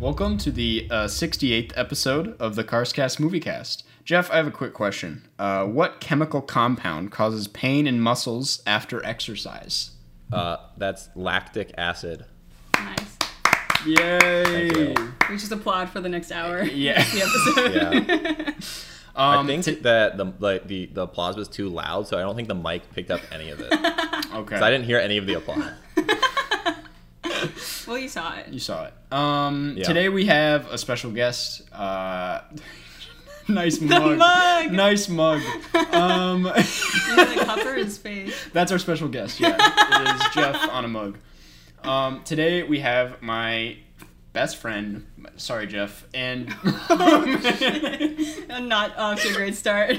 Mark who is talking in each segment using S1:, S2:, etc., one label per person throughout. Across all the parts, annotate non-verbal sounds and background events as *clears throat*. S1: welcome to the uh, 68th episode of the Carscast Moviecast. Jeff, I have a quick question. Uh, what chemical compound causes pain in muscles after exercise?
S2: Uh, that's lactic acid.
S3: Nice.
S1: Yay!
S3: We just applaud for the next
S1: *laughs*
S3: hour.
S1: Yeah.
S3: The episode.
S2: Yeah. I
S1: Um,
S2: think that the like the, the applause was too loud, so I don't think the mic picked up any of it. 'Cause
S1: okay.
S2: I didn't hear any of the applause.
S3: *laughs* Well, you saw it.
S1: You saw it. Um,
S2: Yeah.
S1: Today we have a special guest. Uh, *laughs*
S3: *laughs*
S1: nice mug.
S3: mug!
S1: Nice mug.
S3: *laughs*
S1: Um,
S3: Look at the cover
S1: *laughs*
S3: in space.
S1: that's our special guest. Yeah, it is Jeff on a mug. Um, today we have my best friend. Sorry, Jeff,
S3: *laughs*
S1: and *laughs* Oh,
S3: Not off to a great start.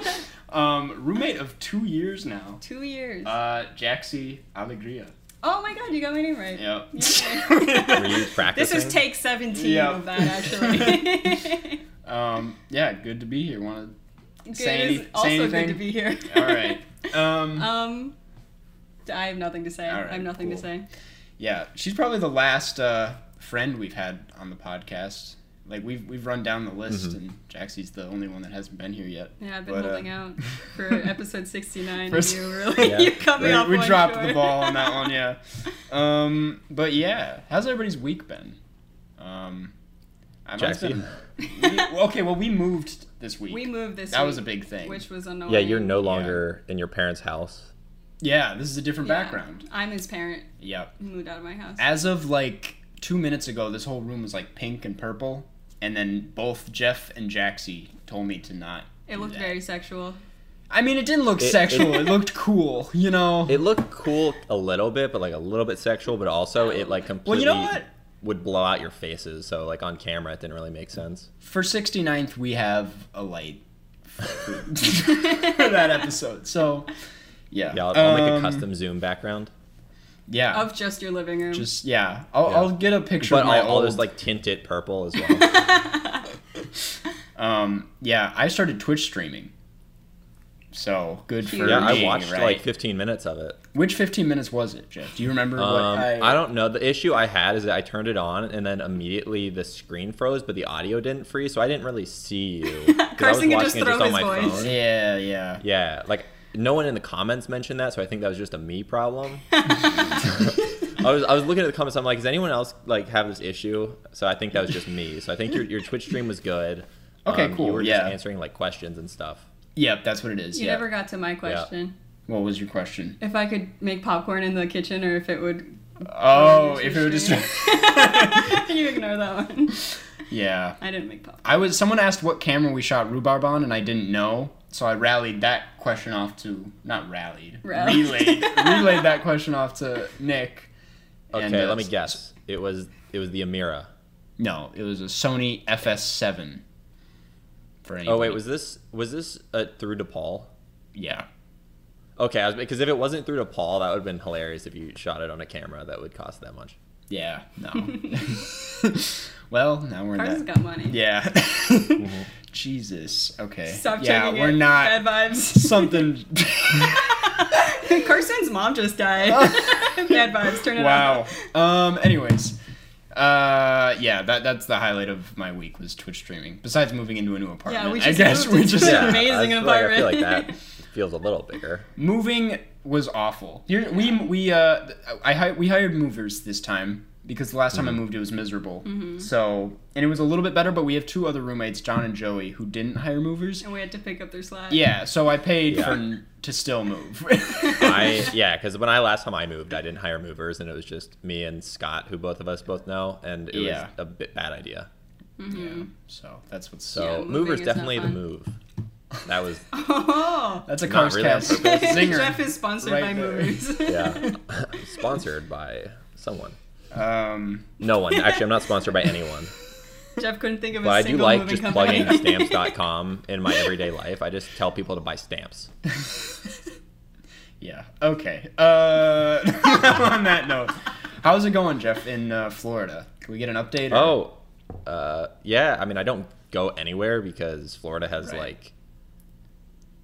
S3: *laughs*
S1: um, roommate of two years now.
S3: Two years.
S1: Uh, Jaxi Alegria.
S3: oh my god, you got my name right. *laughs*
S1: Yep.
S2: Were you
S3: This
S2: practicing?
S3: is take 17
S1: Yeah.
S3: of that, actually.
S1: *laughs* Um, yeah, good to be here. Want
S3: *laughs* good
S1: Say any-
S3: is also
S1: say anything?
S3: good to be here.
S1: to? All right.
S3: *laughs*
S1: Um,
S3: Um, I have nothing to say.
S1: All right,
S3: I have nothing
S1: cool.
S3: to say.
S1: Yeah, she's probably the last uh, friend we've had on the podcast. Like we've we've run down the
S2: Mm-hmm.
S1: list, and Jaxie's the only one that hasn't been here yet.
S3: Yeah, I've been
S1: But, uh,
S3: holding out for episode
S1: *laughs*
S3: 69.
S1: First- *laughs*
S3: and you really, *laughs*
S2: Yeah.
S3: you cut me
S1: We,
S3: off.
S1: we
S3: one
S1: dropped the
S3: short.
S1: ball on that
S3: *laughs*
S1: one, yeah. Um, but yeah, how's everybody's week been? Um, I
S2: Jaxie?
S1: okay, *laughs* well we moved this week.
S3: *laughs* We moved this.
S1: that was a
S3: week,
S1: big thing.
S3: Which was annoying.
S2: yeah, you're no longer in your parents' house.
S1: yeah, this is a different
S3: Yeah.
S1: background.
S3: I'm his parent.
S1: Yep.
S3: He moved out of my house.
S1: As of like two minutes ago, this whole room was like pink and purple, and then both Jeff and Jaxie told me to not.
S3: It
S1: do
S3: looked
S1: that.
S3: very sexual.
S1: I mean, it didn't look
S2: It- *laughs*
S1: sexual. It,
S2: it-
S1: looked cool, you know.
S2: It looked cool a little bit, but like a little bit sexual, but also it like
S1: well,
S2: completely
S1: you know what?
S2: would blow out your faces. So like on camera, it didn't really make sense.
S1: For 69th, we have a light for
S2: *laughs*
S1: that episode. So, yeah.
S2: Yeah, I'll, I'll make a
S1: Um,
S2: custom zoom background,
S1: Yeah.
S3: Of just your living room.
S1: just yeah. I'll,
S2: Yeah.
S1: I'll get a picture
S2: but
S1: of my
S2: I'll, I'll
S1: old
S2: just like tint it purple
S1: *laughs*
S2: as well.
S1: um yeah, I started Twitch streaming. So, good for
S2: yeah, I
S1: me,
S2: watched
S1: right?
S2: like 15 minutes of it.
S1: Which 15 minutes was it, Jeff? Do you remember what
S2: Um,
S1: I,
S2: I don't know. The issue I had is that I turned it on and then immediately the screen froze, but the audio didn't freeze, so I didn't really see
S3: *laughs*
S2: you. 'Cause
S3: Carson
S2: I
S3: could
S2: was
S3: just
S2: watching it
S3: throw
S2: just on
S3: his
S2: my
S3: voice.
S2: phone.
S1: Yeah, yeah.
S2: Yeah, like no one in the comments mentioned that, so I think that was just a me
S3: *laughs*
S2: problem. *laughs* I was I was looking at the comments. I'm like, does anyone else like have this issue? So I think that was just me. So I think your your Twitch stream was good. Um,
S1: Okay, cool,
S2: You were
S1: yeah.
S2: just answering like questions and stuff.
S1: Yep, that's what it is.
S3: you
S1: yeah.
S3: never got to my question.
S1: What was your question?
S3: If I could make popcorn in the kitchen, or if it would.
S1: Oh,
S3: Twitch
S1: if it would just
S3: stream.
S1: *laughs*
S3: you ignore that one.
S1: Yeah.
S3: I didn't make popcorn.
S1: I was someone asked what camera we shot rhubarb on, and I didn't know, so I rallied that question off to not rallied,
S3: Rallied. *laughs*
S1: relayed, relayed that question off to Nick.
S2: Okay,
S1: And, uh,
S2: let me guess. It was it was the Amira.
S1: No, it was a Sony FS7. For anybody.
S2: Oh wait, was this was this uh, through DePaul?
S1: yeah,
S2: Okay, I was, because if it wasn't through DePaul, that would have been hilarious if you shot it on a camera that would cost that much.
S1: yeah,
S3: *laughs*
S1: no. *laughs* well, now we're in
S3: Carson's
S1: that.
S3: got money.
S1: Yeah. *laughs* Jesus. Okay.
S3: Stop
S1: yeah,
S3: checking
S1: we're
S3: it.
S1: not *laughs*
S3: Bad vibes.
S1: something.
S3: Carson's mom just died. *laughs* *laughs* Bad vibes. Turn it
S1: Oh. wow.
S3: off.
S1: Um. Anyways, uh, yeah, that that's the highlight of my week was Twitch streaming. Besides moving into a new apartment,
S3: we
S1: I
S3: just
S1: guess
S3: moved
S1: we
S3: into
S1: just
S3: an
S2: I
S3: amazing
S2: feel like- I feel like
S3: environment.
S2: that
S3: *laughs*
S2: feels a little bigger.
S1: moving was awful. Here we we uh I hi- we hired movers this time because the last time I moved it was miserable.
S3: Mm-hmm.
S1: So and it was a little bit better, but we have two other roommates, John and Joey, who didn't hire movers.
S3: And we had to pick up their slack.
S1: Yeah, so I paid
S2: Yeah.
S1: for n- to still move.
S2: *laughs* I yeah, because when I last time I moved, I didn't hire movers, and it was just me and Scott, who both of us both know, and it
S1: Yeah.
S2: was a bit bad idea.
S1: yeah, *laughs* so that's what's
S2: So
S3: Yeah, moving
S2: movers
S3: is not
S2: definitely the
S3: fun.
S2: move. That
S3: *laughs*
S2: was
S3: *laughs* Oh.
S1: that's a
S2: Not
S1: Cars
S2: really on
S1: Cast
S2: purpose.
S1: *laughs* zinger.
S3: *laughs* Jeff is sponsored
S1: right
S3: by
S1: there.
S3: movers.
S2: yeah, *laughs*
S3: *laughs*
S2: sponsored by someone.
S1: Um,
S2: No one actually. I'm not sponsored by
S3: *laughs*
S2: anyone,
S3: Jeff couldn't think of a
S2: but I do
S3: single
S2: like
S3: moving
S2: just
S3: company. *laughs*
S2: plugging stamps.com in my everyday life. I just tell people to buy stamps.
S1: Yeah. Okay. Uh, *laughs* on that note, how's it going, Jeff, in uh, Florida? Can we get an update? or-
S2: Oh, uh, yeah. I mean, I don't go anywhere because Florida has
S1: Right.
S2: like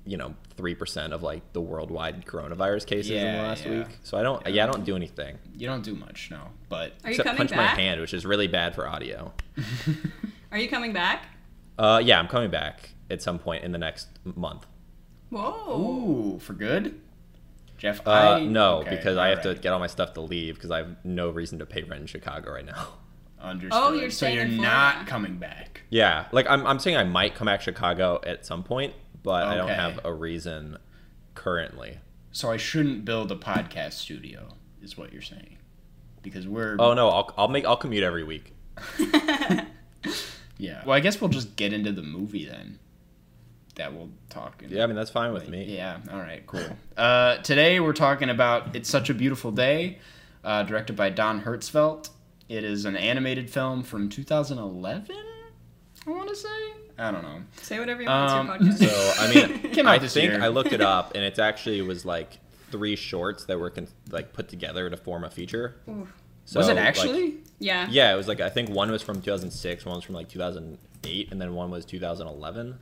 S2: you know, 3% of like the worldwide coronavirus cases in the
S1: Yeah,
S2: last
S1: yeah.
S2: week. So I don't, yeah, I don't do anything
S1: You don't do much, no. But
S3: Are you
S2: except
S3: coming
S2: punch
S3: back?
S2: my hand, which is really bad for audio.
S3: Are you coming back?
S2: Uh, yeah, I'm coming back at some point in the next month.
S3: Whoa.
S1: ooh, for good, Jeff.
S2: Uh,
S1: I
S2: no,
S1: okay,
S2: because I have to
S1: alright.
S2: get all my stuff to leave because I have no reason to pay rent in Chicago right now. *laughs*
S1: Understood.
S3: Oh, you're
S1: so
S3: staying
S1: you're
S3: in
S1: not
S3: Florida.
S1: coming back.
S2: Yeah, like I'm, I'm saying I might come back to Chicago at some point, but I don't
S1: Okay.
S2: have a reason currently.
S1: So I shouldn't build a podcast studio, is what you're saying, because we're
S2: Oh no, I'll, I'll make I'll commute every week.
S1: yeah. Well, I guess we'll just get into the movie then. That we'll talk. In
S2: Yeah, I mean that's fine with me.
S1: Yeah. All right. Cool. Uh, today we're talking about "It's Such a Beautiful Day," uh, directed by Don Hertzfeldt. It is an animated film from 2011. I want to say. I don't know.
S3: Say whatever you want.
S1: Um,
S3: it's your podcast.
S2: So I mean,
S1: *laughs* Came out
S2: I
S1: this
S2: think
S1: year.
S2: I looked it up, and it's actually was like three shorts that were con- like put together to form a feature.
S3: Oof.
S2: So,
S1: was it
S2: like-
S1: actually?
S3: yeah.
S2: yeah, it was like I think one was from 2006, one was from like 2008, and then one was 2011.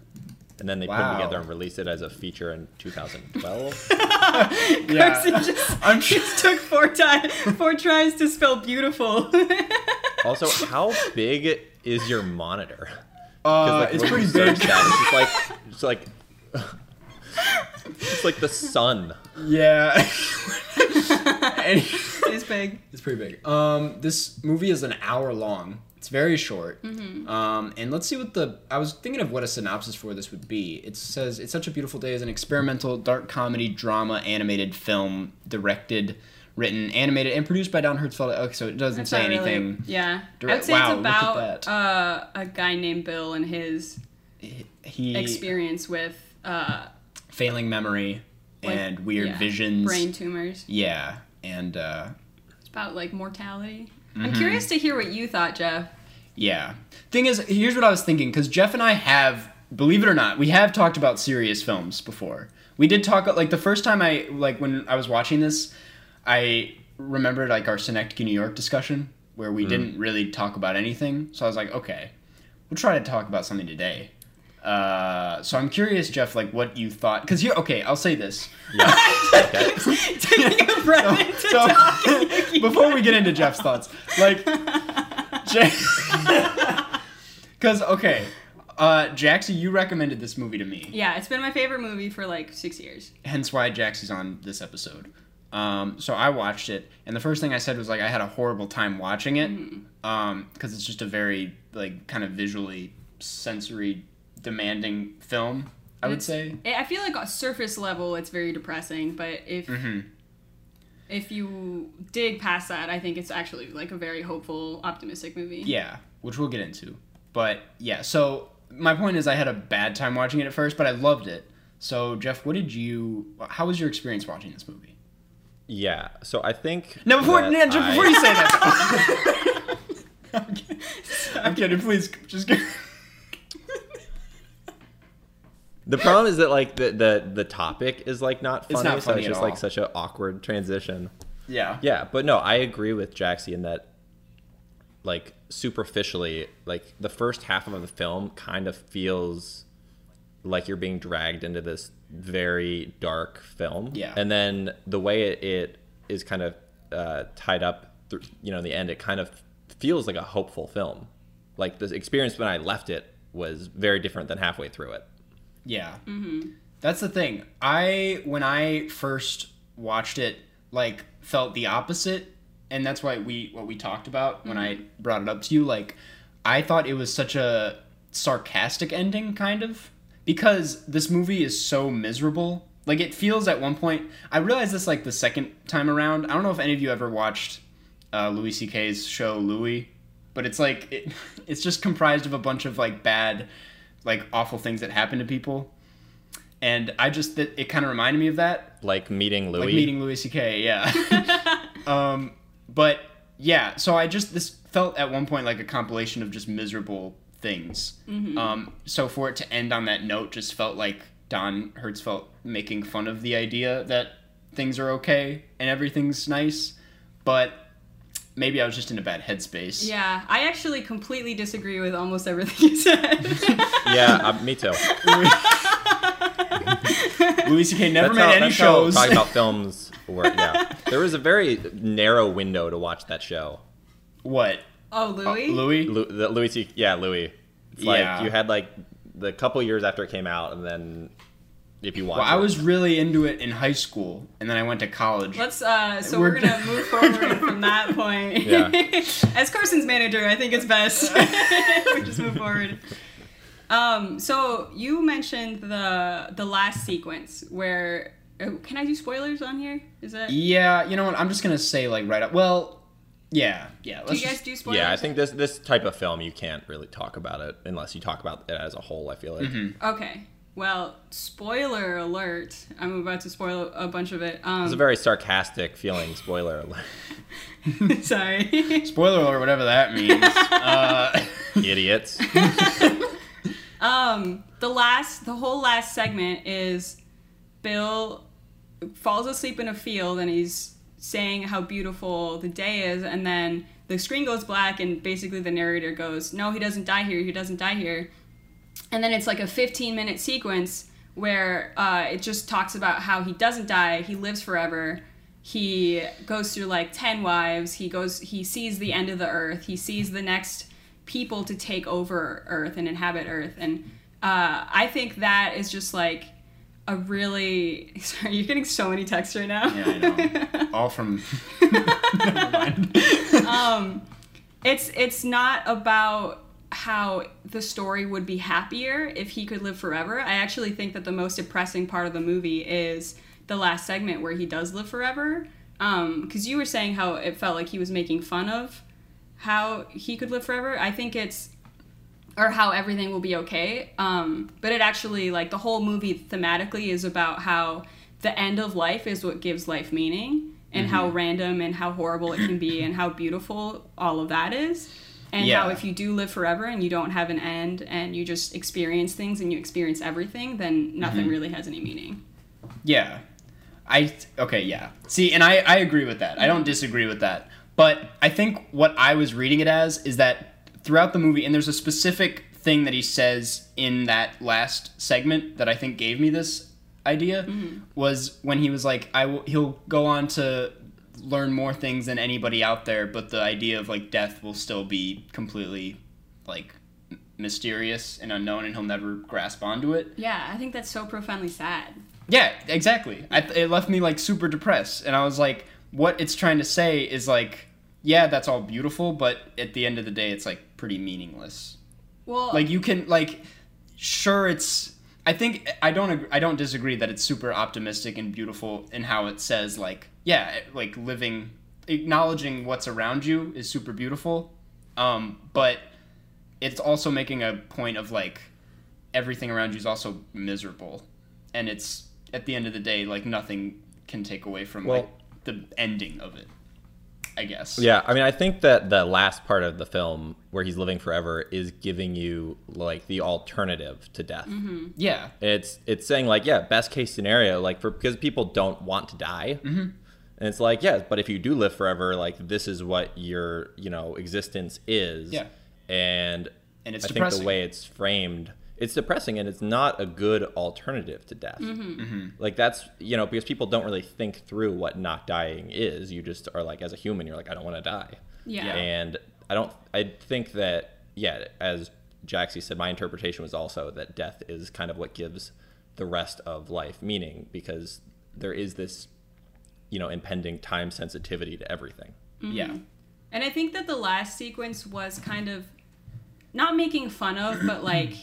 S2: And then they put
S1: Wow.
S2: it together and released it as a feature in 2012.
S3: Carson just, *laughs*
S1: I'm sure.
S3: just took four ti- four tries to spell beautiful.
S2: *laughs*
S3: *laughs*
S2: also, how big is your monitor? 'Cause,
S1: Uh, it's
S2: when you
S1: pretty
S2: search
S1: big.
S2: that, it's just like it's like it's like *laughs* the sun.
S1: Yeah. Any-
S2: *laughs*
S1: *laughs*
S3: it is big.
S1: It's pretty big. Um, this movie is an hour long. It's very short.
S3: Mm-hmm.
S1: Um, and let's see what the. I was thinking of what a synopsis for this would be. It says it's such a beautiful day is an experimental dark comedy drama animated film directed, written, animated, and produced by Don Hertzfeldt. Okay, so it doesn't
S3: It's
S1: say
S3: not really-
S1: anything.
S3: yeah.
S1: direct-
S3: I'd say
S1: wow,
S3: it's
S1: look at
S3: about
S1: that.
S3: uh, a guy named Bill and his
S1: He
S3: experience with uh,
S1: failing memory
S3: like,
S1: and weird
S3: yeah,
S1: visions.
S3: brain tumors.
S1: Yeah, and uh,
S3: It's about like mortality.
S1: Mm-hmm.
S3: I'm curious to hear what you
S1: *laughs*
S3: thought, Jeff. *laughs*
S1: Yeah. Thing is, here's what I was thinking because Jeff and I have, believe it or not, we have talked about serious films before. We did talk like the first time I like when I was watching this, I remembered like our Synecdoche, New York discussion where we didn't really talk about anything. So I was like, okay, we'll try to talk about something today. Uh, so I'm curious, Jeff, like what you thought because here, okay, I'll say this.
S2: Okay.
S3: Taking a *laughs* breath into
S1: so- *laughs*
S3: talking.
S1: before we get into Jeff's thoughts, like, *laughs* because okay, uh, Jaxie, you recommended this movie to me,
S3: Yeah, it's been my favorite movie for like six years.
S1: hence why Jaxie's on this episode. Um, so I watched it, and the first thing I said was like I had a horrible time watching it, um, because it's just a very like kind of visually sensory demanding film. I would
S3: It's-
S1: say.
S3: I I feel like on surface level, it's very depressing, but if if you dig past that, I think it's actually like a very hopeful, optimistic movie.
S1: Yeah, which we'll get into. But yeah, so my point is I had a bad time watching it at first, but I loved it. So Jeff, what did you? How was your experience watching this movie?
S2: Yeah. So I think
S1: Now before,
S2: that
S1: no, Jeff,
S2: I-
S1: before you say that, *laughs* I'm kidding. I'm kidding. Please just. Go.
S2: The problem is that like the the, the topic is like not funny,
S1: It's not
S2: so
S1: funny
S2: it's
S1: at
S2: just
S1: all.
S2: like such an awkward transition.
S1: *laughs* Yeah.
S2: Yeah, but no, I agree with Jaxie in that like superficially, like the first half of the film kind of feels like you're being dragged into this very dark film.
S1: Yeah.
S2: And then the way it, it is kind of uh, tied up, through, you know, in the end, it kind of feels like a hopeful film. Like the experience when I left it was very different than halfway through it.
S1: Yeah. That's the thing. I when I first watched it, like felt the opposite, and that's why we what we talked about when I brought it up to you. Like, I thought it was such a sarcastic ending, kind of, because this movie is so miserable. Like, it feels at one point. I realized this like the second time around. I don't know if any of you ever watched uh, Louis C.K.'s show Louis, but it's like it, *laughs* it's just comprised of a bunch of like bad, like awful things that happen to people, and I just that it kind of reminded me of that,
S2: Like meeting Louis.
S1: like meeting Louis C.K. Yeah, *laughs* um, but yeah, so I just this felt at one point like a compilation of just miserable things. Um, so for it to end on that note just felt like Don Hertzfeldt making fun of the idea that things are okay and everything's nice, but maybe I was just in a bad headspace.
S3: Yeah, I actually completely disagree
S1: *laughs*
S3: with almost everything you said.
S2: yeah, uh, me too.
S1: Louis C.K. never
S2: That's
S1: made
S2: how,
S1: any
S2: that's how
S1: shows.
S2: talking
S1: *laughs*
S2: about films were. Yeah, there was a very narrow window to watch that show.
S1: what?
S3: Oh, Louis?
S1: Louis?
S2: Lu- the Louis, C- yeah, Louis. It's
S1: Yeah.
S2: Like you had like the couple years after it came out, and then if you watch,
S1: Well, I was really into it in high school, and then I went to college.
S3: Let's uh so
S1: We're
S3: we're, gonna move forward from that point.
S2: Yeah.
S3: *laughs* As Carson's manager, I think it's best *laughs* we just move forward. Um so you mentioned the the last sequence where oh, can I do spoilers on here? Is that
S1: Yeah, you know what? I'm just gonna say like right up. Well, yeah, yeah.
S3: Do
S1: Let's
S3: you guys
S1: just-
S3: do spoilers?
S2: yeah, I think this this type of film you can't really talk about it unless you talk about it as a whole. I feel like
S1: Mm-hmm.
S3: Okay. Well, spoiler alert. I'm about to spoil a bunch of it. Um
S2: it's a very sarcastic feeling. Spoiler
S1: *laughs*
S2: alert,
S3: *laughs* sorry.
S1: spoiler alert, whatever that
S3: *laughs*
S1: means. uh,
S2: idiots.
S3: um the last the whole last segment is Bill falls asleep in a field and he's saying how beautiful the day is and then the screen goes black and basically the narrator goes no he doesn't die here he doesn't die here and then it's like a 15 minute sequence where uh, it just talks about how he doesn't die he lives forever he goes through like 10 wives he goes he sees the end of the earth he sees the next people to take over earth and inhabit earth and uh, i think that is just like a really *laughs* sorry you're getting so many texts right now
S1: yeah, I
S3: *laughs*
S1: know. All from. *laughs* Never mind.
S3: it's it's not about how the story would be happier if he could live forever. I actually think that the most depressing part of the movie is the last segment where he does live forever. Because you were saying how it felt like he was making fun of how he could live forever. I think it's or how everything will be okay. Um, but it actually like the whole movie thematically is about how the end of life is what gives life meaning and how
S1: Mm-hmm.
S3: random and how horrible it can
S1: *clears throat*
S3: be and how beautiful all of that is. And how
S1: Yeah.
S3: if you do live forever and you don't have an end and you just experience things and you experience everything, then nothing
S1: Mm-hmm.
S3: really has any meaning.
S1: Yeah. I okay, yeah. See, and I I agree with that. I don't disagree with that. But I think what I was reading it as is that throughout the movie and there's a specific thing that he says in that last segment that I think gave me this idea was when he was like I will he'll go on to learn more things than anybody out there, but the idea of like death will still be completely like m- mysterious and unknown and he'll never grasp onto it.
S3: Yeah, I think that's so profoundly sad.
S1: Yeah, exactly. I, it left me like super depressed, and I was like, what it's trying to say is like, yeah, that's all beautiful, but at the end of the day, it's like pretty meaningless.
S3: Well,
S1: Like you can like, sure, it's. I think I don't ag- I don't disagree that it's super optimistic and beautiful in how it says like yeah it- like living acknowledging what's around you is super beautiful, um, but it's also making a point of like everything around you is also miserable and it's at the end of the day like nothing can take away from
S2: Well-
S1: like the ending of it i guess
S2: Yeah, I mean, I think that the last part of the film where he's living forever is giving you like the alternative to death.
S1: Mm-hmm. yeah
S2: It's it's saying like, yeah, best case scenario, like for because people don't want to die, and it's like, yeah, but if you do live forever, like this is what your you know existence is.
S1: Yeah.
S2: and
S1: And it's
S2: I think
S1: depressing.
S2: the way it's framed, it's depressing, and it's not a good alternative to death.
S1: Mm-hmm.
S2: Like that's you know because people don't really think through what not dying is. You just are like as a human, you're like, I don't want to die.
S3: yeah.
S2: And I don't. I think that yeah, as Jaxie said, my interpretation was also that death is kind of what gives the rest of life meaning because there is this, you know, impending time sensitivity to everything.
S1: yeah
S3: And I think that the last sequence was kind of not making fun of, but like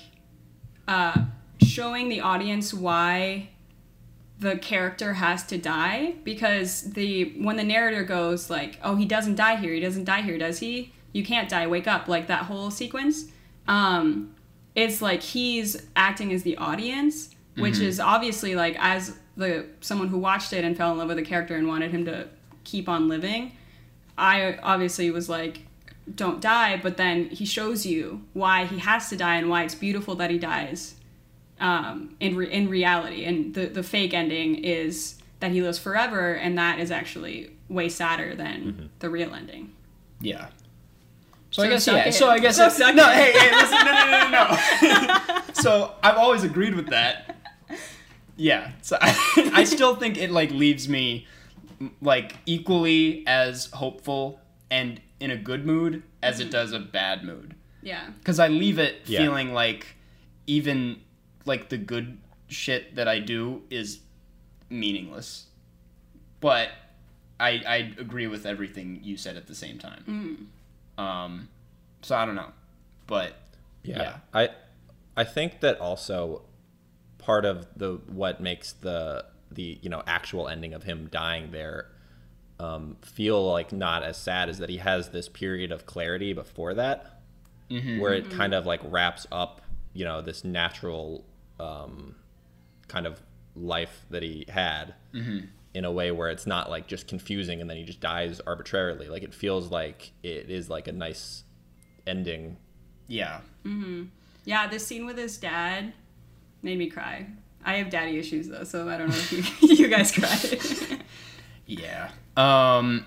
S3: uh, showing the audience why the character has to die because the when the narrator goes like, "Oh, he doesn't die here. He doesn't die here, does he? You can't die. Wake up!" Like that whole sequence. Um, it's like he's acting as the audience, which is obviously like as the someone who watched it and fell in love with the character and wanted him to keep on living. I obviously was like, don't die, but then he shows you why he has to die and why it's beautiful that he dies um, in, re- in reality. And the, the fake ending is that he lives forever, and that is actually way sadder than
S1: Mm-hmm.
S3: the real ending.
S1: yeah so,
S3: So
S1: I guess
S3: suck
S1: yeah.
S3: it.
S1: So I guess
S3: So
S1: it's,
S3: suck
S1: no.
S3: it. *laughs*
S1: Hey, hey, listen, no, no, no, no. no. so I've always agreed with that, yeah. So I, *laughs* I still think it like leaves me like equally as hopeful and in a good mood as
S3: Mm-hmm.
S1: it does a bad mood.
S3: Yeah.
S1: Cuz I leave it
S2: Yeah.
S1: feeling like even like the good shit that I do is meaningless. But I I agree with everything you said at the same time. Um so I don't know. But
S2: yeah.
S1: Yeah.
S2: I I think that also part of the what makes the the you know actual ending of him dying there um, feel like not as sad is that he has this period of clarity before that where it kind of like wraps up you know this natural um, kind of life that he had in a way where it's not like just confusing and then he just dies arbitrarily like it feels like it is like a nice ending
S1: yeah.
S3: Yeah, this scene with his dad made me cry. I have daddy issues though, so I don't know if you, *laughs* you guys cried.
S1: Yeah. Um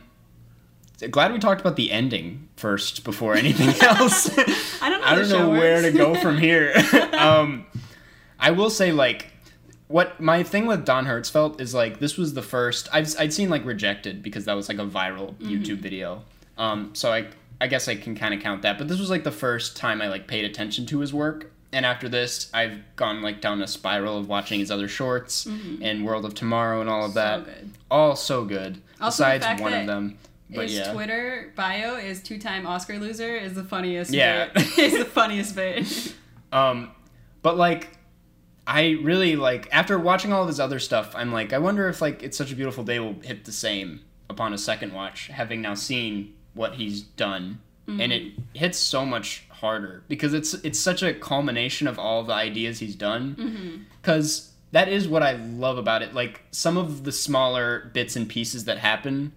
S1: glad we talked about the ending first before anything *laughs* else.
S3: *laughs* I don't know.
S1: I
S3: how
S1: don't know
S3: the show
S1: where to
S3: *laughs* works.
S1: go from here. um I will say like what my thing with Don Hertzfeldt is like this was the first I've I'd seen like rejected because that was like a viral
S3: Mm-hmm.
S1: YouTube video. Um so I I guess I can kind of count that, but this was like the first time I like paid attention to his work. And after this, I've gone like down a spiral of watching his other shorts and World of Tomorrow and all of that
S3: Mm-hmm. So good.
S1: all so good.
S3: Also, the
S1: besides
S3: fact
S1: one
S3: that
S1: of them, but
S3: his
S1: yeah,
S3: Twitter bio is two-time Oscar loser is the funniest.
S1: Yeah.
S3: bit. *laughs* is the funniest
S1: *laughs*
S3: bit.
S1: um, but like, I really like after watching all of his other stuff, I'm like, I wonder if like it's such a beautiful day will hit the same upon a second watch, having now seen what he's done, and it
S3: Mm-hmm.
S1: hits so much harder because it's it's such a culmination of all the ideas he's
S3: Mm-hmm.
S1: done, because. That is what I love about it. Like some of the smaller bits and pieces that happen,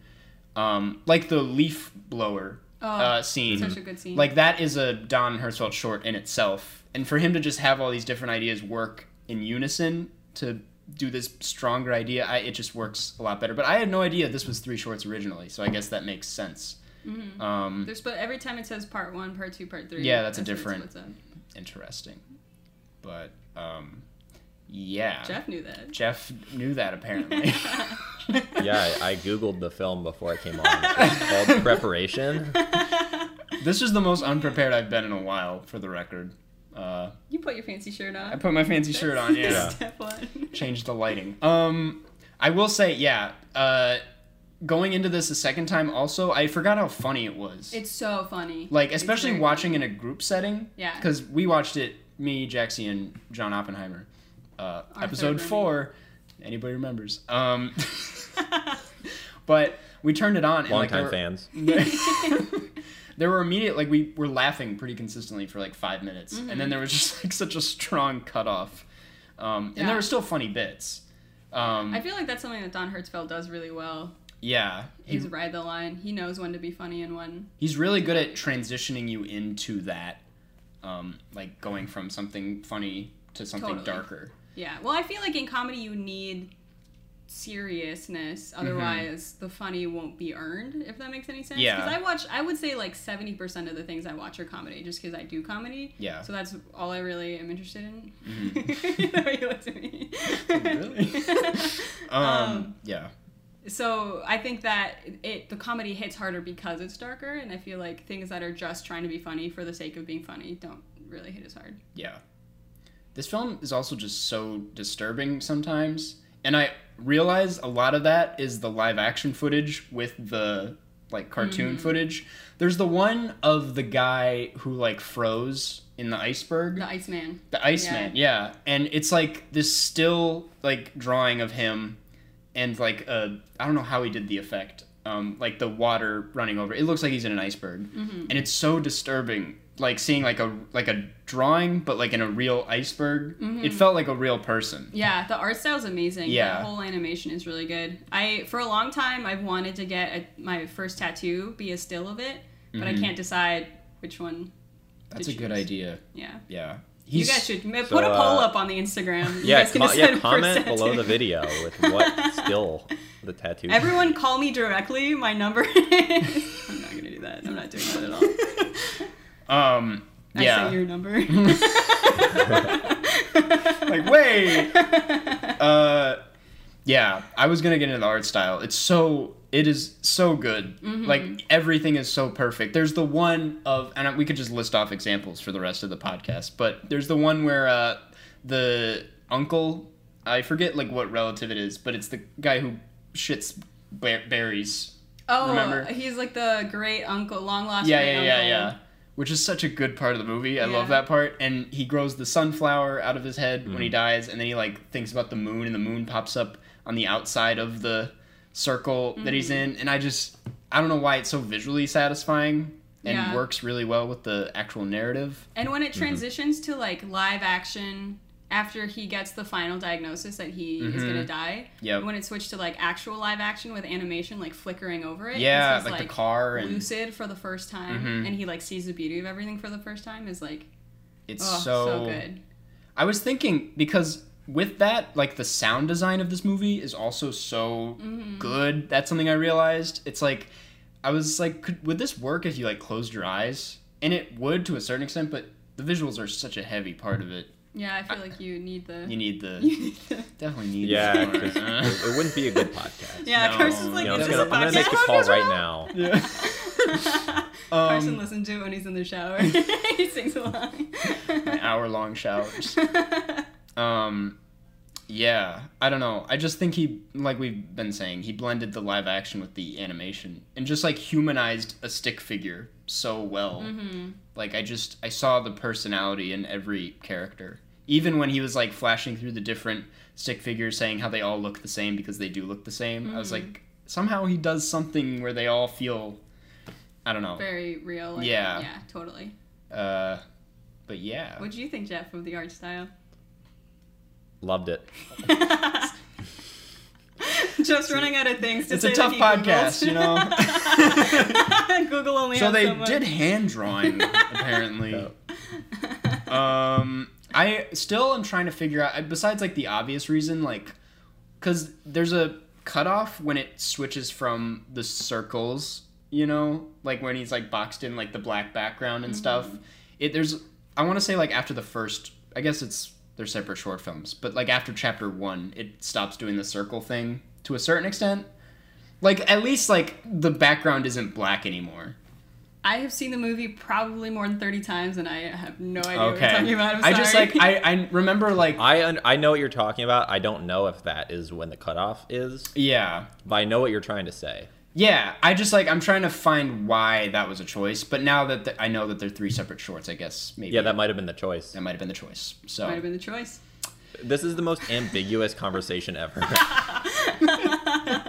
S1: um, like the leaf blower
S3: Oh,
S1: uh, scene.
S3: such a good scene.
S1: Like that is a Don Hertzfeldt short in itself, and for him to just have all these different ideas work in unison to do this stronger idea, I, it just works a lot better. But I had no idea this was three shorts originally, so I guess that makes sense. Um,
S3: There's but every time it says part one, part two, part three.
S1: Yeah, that's a
S3: when it
S1: different-
S3: splits up.
S1: interesting, but um, yeah,
S3: Jeff knew that.
S1: Jeff knew that apparently.
S2: yeah, I, I googled the film before I came on. It's called Preparation.
S1: this is the most unprepared I've been in a while, for the record. Uh,
S3: *laughs* You put your fancy shirt on.
S1: I put my fancy shirt on.
S3: *laughs*
S1: Yeah.
S3: Step one.
S1: change the lighting. Um, I will say, yeah. Uh, going into this a second time, also, I forgot how funny it was.
S3: It's so funny.
S1: like
S3: It's
S1: especially
S3: very
S1: watching in a group setting.
S3: Yeah.
S1: Because we watched it, me, Jaxie, and John Oppenheimer. Uh,
S3: Our
S1: episode
S3: third
S1: four. Anybody remembers? Um, *laughs*
S3: funny. *laughs*
S1: but we turned it on. and, like,
S2: Longtime
S1: there were-
S2: fans.
S1: there were immediate like we were laughing pretty consistently for like five minutes, and
S3: Mm-hmm.
S1: then there was just like such a strong cutoff. Um, And
S3: Yeah.
S1: there were still funny bits. Um,
S3: I feel like that's something that Don Hertzfeld does really well.
S1: yeah, he
S3: He's ride the line. He knows when to be funny and when.
S1: he's really good at transitioning you into that um, like going from something funny to something
S3: Totally.
S1: darker
S3: Yeah. Well, I feel like in comedy you need seriousness,
S1: Mm-hmm.
S3: otherwise the funny won't be earned. If that makes any sense.
S1: Yeah.
S3: Because I watch, I would say like seventy percent of the things I watch are comedy, just because I do comedy.
S1: Yeah. Mm-hmm.
S3: So that's all I really am interested in. *laughs* the way you looked at me.
S1: um,
S3: Um,
S1: yeah
S3: *laughs* so I think that it the comedy hits harder because it's darker, and I feel like things that are just trying to be funny for the sake of being funny don't really hit as hard.
S1: yeah this film is also just so disturbing sometimes and i realize a lot of that is the live action footage with the like cartoon
S3: Mm-hmm.
S1: footage there's the one of the guy who like froze in the iceberg
S3: The Iceman.
S1: The Iceman, yeah. And it's like this still like drawing of him and like uh I don't know how he did the effect. Um like the water running over. It looks like he's in an iceberg.
S3: Mm-hmm.
S1: And it's so disturbing like seeing like a like a drawing but like in a real iceberg. It
S3: Mm-hmm.
S1: felt like a real person.
S3: Yeah, the art style's amazing.
S1: Yeah.
S3: The whole animation is really good. I for a long time I've wanted to get a, my first tattoo be a still of it, but
S1: Mm-hmm.
S3: I can't decide which one.
S1: That's
S3: Did
S1: a
S3: you
S1: good
S3: use-
S1: idea.
S3: Yeah.
S1: Yeah.
S3: You
S1: He's
S3: guys should ma- put a
S2: uh,
S3: poll up on the Instagram. You
S2: Yeah,
S3: guys can
S2: co-
S3: decide
S2: yeah.
S3: first
S2: Comment below
S3: tattoo.
S2: the video with what still the tattoo.
S3: Everyone call me directly. My number *laughs* is. I'm not gonna do that. I'm not doing that at all.
S1: um
S3: I
S1: yeah. *laughs*
S3: say your number.
S1: like, wait. Uh, yeah, I was gonna get into the art style. It's so it is so good. Like everything is so perfect. There's the one of, and we could just list off examples for the rest of the podcast. But there's the one where uh, the uncle, I forget like what relative it is, but it's the guy who shits ber- berries.
S3: Oh,
S1: Remember?
S3: he's like the great uncle, long lost.
S1: Yeah,
S3: great
S1: yeah, yeah,
S3: uncle.
S1: yeah. Which is such a good part of the movie. I love
S3: Yeah.
S1: that part. And he grows the sunflower out of his head when he dies, and then he like thinks about the moon, and the moon pops up on the outside of the circle that he's
S3: Mm-hmm.
S1: in. And I just, I don't know why it's so visually satisfying and
S3: Yeah.
S1: works really well with the actual narrative.
S3: And when it transitions to like live action after he gets the final diagnosis that he is
S1: Mhm.
S3: gonna die,
S1: Yep.
S3: when it switched to like actual live action with animation like flickering over it,
S1: Yeah,
S3: it's
S1: like, the car and
S3: lucid for the first time,
S1: Mhm.
S3: and he like sees the beauty of everything for the first time is like
S1: it's
S3: oh so,
S1: so.
S3: good.
S1: I was thinking because with that, like the sound design of this movie is also so good. That's something I realized. It's like I was like, could, would this work if you like closed your eyes? And it would to a certain extent, but the visuals are such a heavy part of it.
S3: Yeah, I feel like you need the.
S1: You
S3: *laughs*
S1: need the *laughs* definitely need. the
S2: Yeah,
S1: sound.
S2: 'cause it, it wouldn't be a good podcast.
S3: yeah,
S1: No.
S3: Carson's like
S2: You know, I'm,
S3: this
S2: just
S3: is
S2: gonna,
S3: a
S2: I'm gonna make a
S3: podcast.
S2: call right now.
S1: *laughs* yeah.
S3: *laughs* Carson
S1: Um,
S3: listens to it when he's in
S1: *laughs*
S3: the shower. *laughs* he sings along. *laughs*
S1: hour long showers. Um, yeah, I don't know. I just think he, like we've been saying, he blended the live action with the animation and just like humanized a stick figure so well.
S3: Mm-hmm.
S1: Like I just I saw the personality in every character. Even when he was like flashing through the different stick figures, saying how they all look the same because they do look the same, I was
S3: Mm-hmm.
S1: like, somehow he does something where they all feel, I don't know.
S3: Very real. Like,
S1: Yeah.
S3: Yeah, totally.
S1: Uh, but yeah,
S3: What do you think, Jeff, of the art style? *laughs*
S2: Loved it.
S3: Just running out of things to
S1: it's
S3: say
S1: a tough
S3: that he
S1: podcast, you know.
S3: Googles. *laughs* Google only.
S1: so
S3: has
S1: they
S3: much.
S1: did hand
S3: *laughs*
S1: drawing apparently um i still am trying to figure out I- besides like the obvious reason like because there's a cutoff when it switches from the circles you know like when he's like boxed in like the black background and stuff
S3: Mm-hmm.
S1: it there's i want to say like after the first i guess it's they're separate short films but like after chapter one it stops doing the circle thing to a certain extent like at least like the background isn't black anymore
S3: I have seen the movie probably more than thirty times, and I have no idea what
S1: Okay.
S3: you're talking about. I'm
S1: I just
S3: sorry.
S1: like I, I remember like
S2: I un- I know what you're talking about. I don't know if that is when the cutoff is,
S1: yeah.
S2: but I know what you're trying to say.
S1: Yeah, I just like I'm trying to find why that was a choice, but now that the, I know that they're three separate shorts, I guess maybe
S2: Yeah, that might have been the choice.
S1: that might have been the choice.
S3: *laughs* might
S1: So
S3: have been the choice.
S2: This is the most ambiguous conversation ever. *laughs*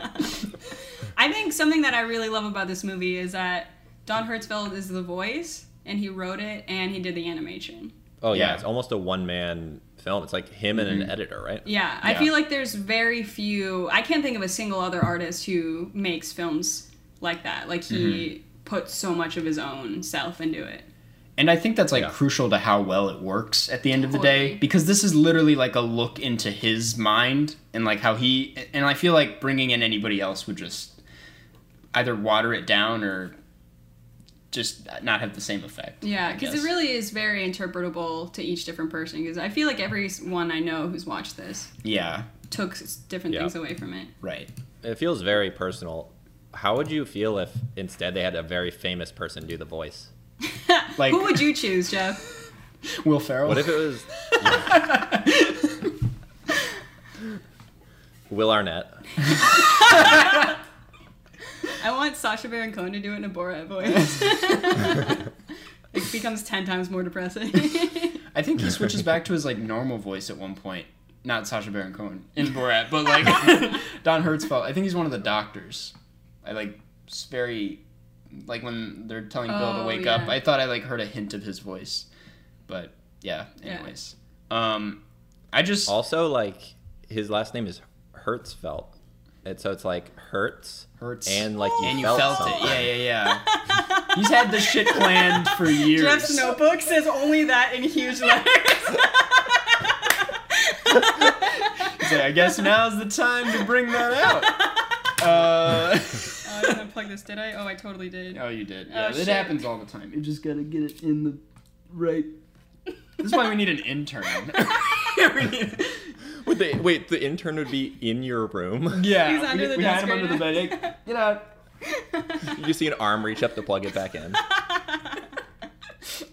S3: I think something that I really love about this movie is that Don Hertzfeld is the voice, and he wrote it, and he did the animation.
S2: Oh yeah,
S1: Yeah.
S2: it's almost a one man film. It's like him and
S3: Mm-hmm.
S2: an editor, right?
S3: Yeah, I
S1: Yeah.
S3: feel like there's very few. I can't think of a single other artist who makes films like that. Like he put so much of his own self into it.
S1: and I think that's like
S2: Yeah.
S1: crucial to how well it works at the end of the day
S3: Totally.
S1: because this is literally like a look into his mind and like how he and I feel like bringing in anybody else would just either water it down or just not have the same effect.
S3: Yeah,
S1: I
S3: because
S1: guess.
S3: it really is very interpretable to each different person. Because I feel like everyone I know who's watched this
S1: Yeah,
S3: took s- different
S2: Yeah.
S3: things away from it.
S1: right.
S2: It feels very personal. How would you feel if instead they had a very famous person do the voice?
S1: Like
S3: Who *laughs* would you choose, Jeff?
S1: Will Ferrell.
S2: What if it
S1: *laughs*
S2: was Will Arnett?
S3: I want Sasha Baron Cohen to do it in a Borat voice. *laughs* it becomes ten times more depressing. *laughs*
S1: I think he switches back to his like normal voice at one point. Not Sasha Baron Cohen in Borat, but like *laughs* Don Hertzfeld. I think he's one of the doctors. I like it's very like when they're telling Bill
S3: Oh,
S1: to wake
S3: yeah.
S1: up. I thought I like heard a hint of his voice, but yeah.
S3: Yeah.
S1: Anyways, um, I just
S2: Also, like his last name is Hertzfeld, and so it's like Hertz
S1: Hertz
S2: and like you
S1: and you
S2: felt,
S1: felt it.
S2: something.
S1: Yeah, yeah, yeah. he's had this shit planned for years.
S3: Jeff's notebook says only that in huge letters.
S1: He's like, I guess now's the time to bring that out.
S3: *laughs*
S1: Uh, *laughs*
S3: Oh, I didn't unplug this, did I? Oh, I totally did. *laughs*
S1: Oh, you did.
S3: Oh,
S1: Yeah,
S3: shit.
S1: it happens all the
S3: *laughs*
S1: time. You just gotta get it in the right. This is why we need an intern.
S2: Would they wait? The intern would be in your *laughs* room.
S1: Yeah,
S3: He's under
S1: we,
S3: the
S1: we
S3: desk
S1: had him
S3: right
S1: under the
S3: now.
S1: bed.
S3: *laughs*
S1: like, Get out.
S2: You just see an arm reach up to plug it back in.
S3: so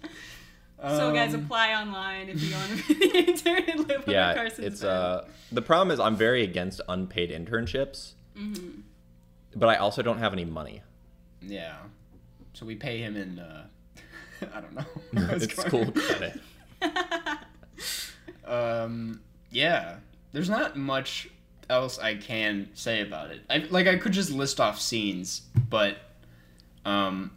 S3: guys,
S1: Um,
S3: apply online if you want to be *laughs* the intern and live
S2: *laughs* yeah,
S3: under Carson's
S2: it's
S3: bed.
S2: uh the problem is I'm very against unpaid internships,
S1: Mm-hmm.
S2: but I also don't have any money.
S1: yeah. So we pay him in. Uh, *laughs* I don't know.
S2: *laughs* It's school credit.
S1: Um, yeah, there's not much else I can say about it. I, like I could just list off scenes, but um,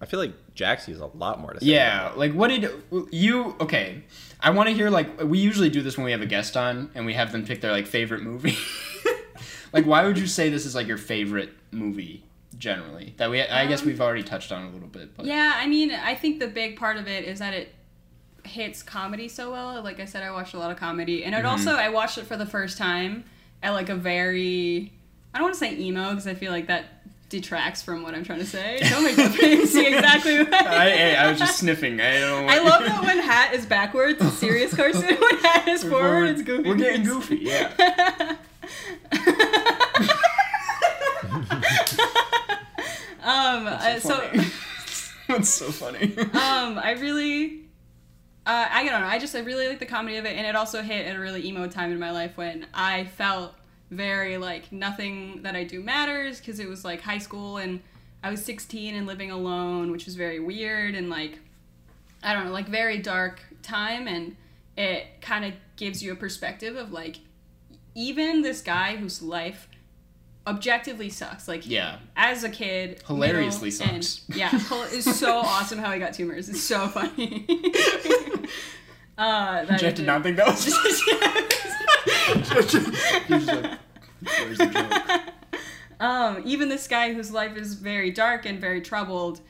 S2: I feel like Jaxie has a lot more to say.
S1: yeah, like what did you? Okay, I want to hear like we usually do this when we have a guest on and we have them pick their like favorite movie. *laughs* like, why would you say this is like your favorite movie generally? That we I guess
S3: Um,
S1: we've already touched on a little bit, but
S3: Yeah, I mean, I think the big part of it is that it hits comedy so well. Like I said, I watched a lot of comedy, and it
S1: Mm-hmm.
S3: also I watched it for the first time at like a very I don't want to say emo because I feel like that detracts from what I'm trying to
S1: *laughs*
S3: say. Don't make *laughs* that face. See exactly what
S1: I, I I was just sniffing. I don't.
S3: I love that when hat is backwards, it's serious
S1: *laughs*
S3: Carson. When hat is forward, it's goofy. Uh,
S1: We're getting *laughs* goofy. Yeah.
S3: *laughs* Um, uh, so
S1: funny. *laughs* That's so funny.
S3: um, I really. Uh, I don't know. I just I really like the comedy of it, and it also hit at a really emo time in my life when I felt very like nothing that I do matters because it was like high school and I was 16 and living alone, which was very weird and like I don't know, like very dark time, and it kind of gives you a perspective of like even this guy whose life objectively sucks, like
S1: yeah.
S3: as a kid
S1: Hilariously
S3: middle, and-
S1: sucks.
S3: yeah hol- it's
S1: *laughs*
S3: so awesome how he got tumors it's so funny uh
S1: *laughs*
S3: that
S1: Jeff did
S3: is it.
S1: not think that
S3: *laughs*
S1: was. *laughs* He was just like, "Where's the
S3: *laughs*
S1: joke?"
S3: um even this guy whose life is very dark and very troubled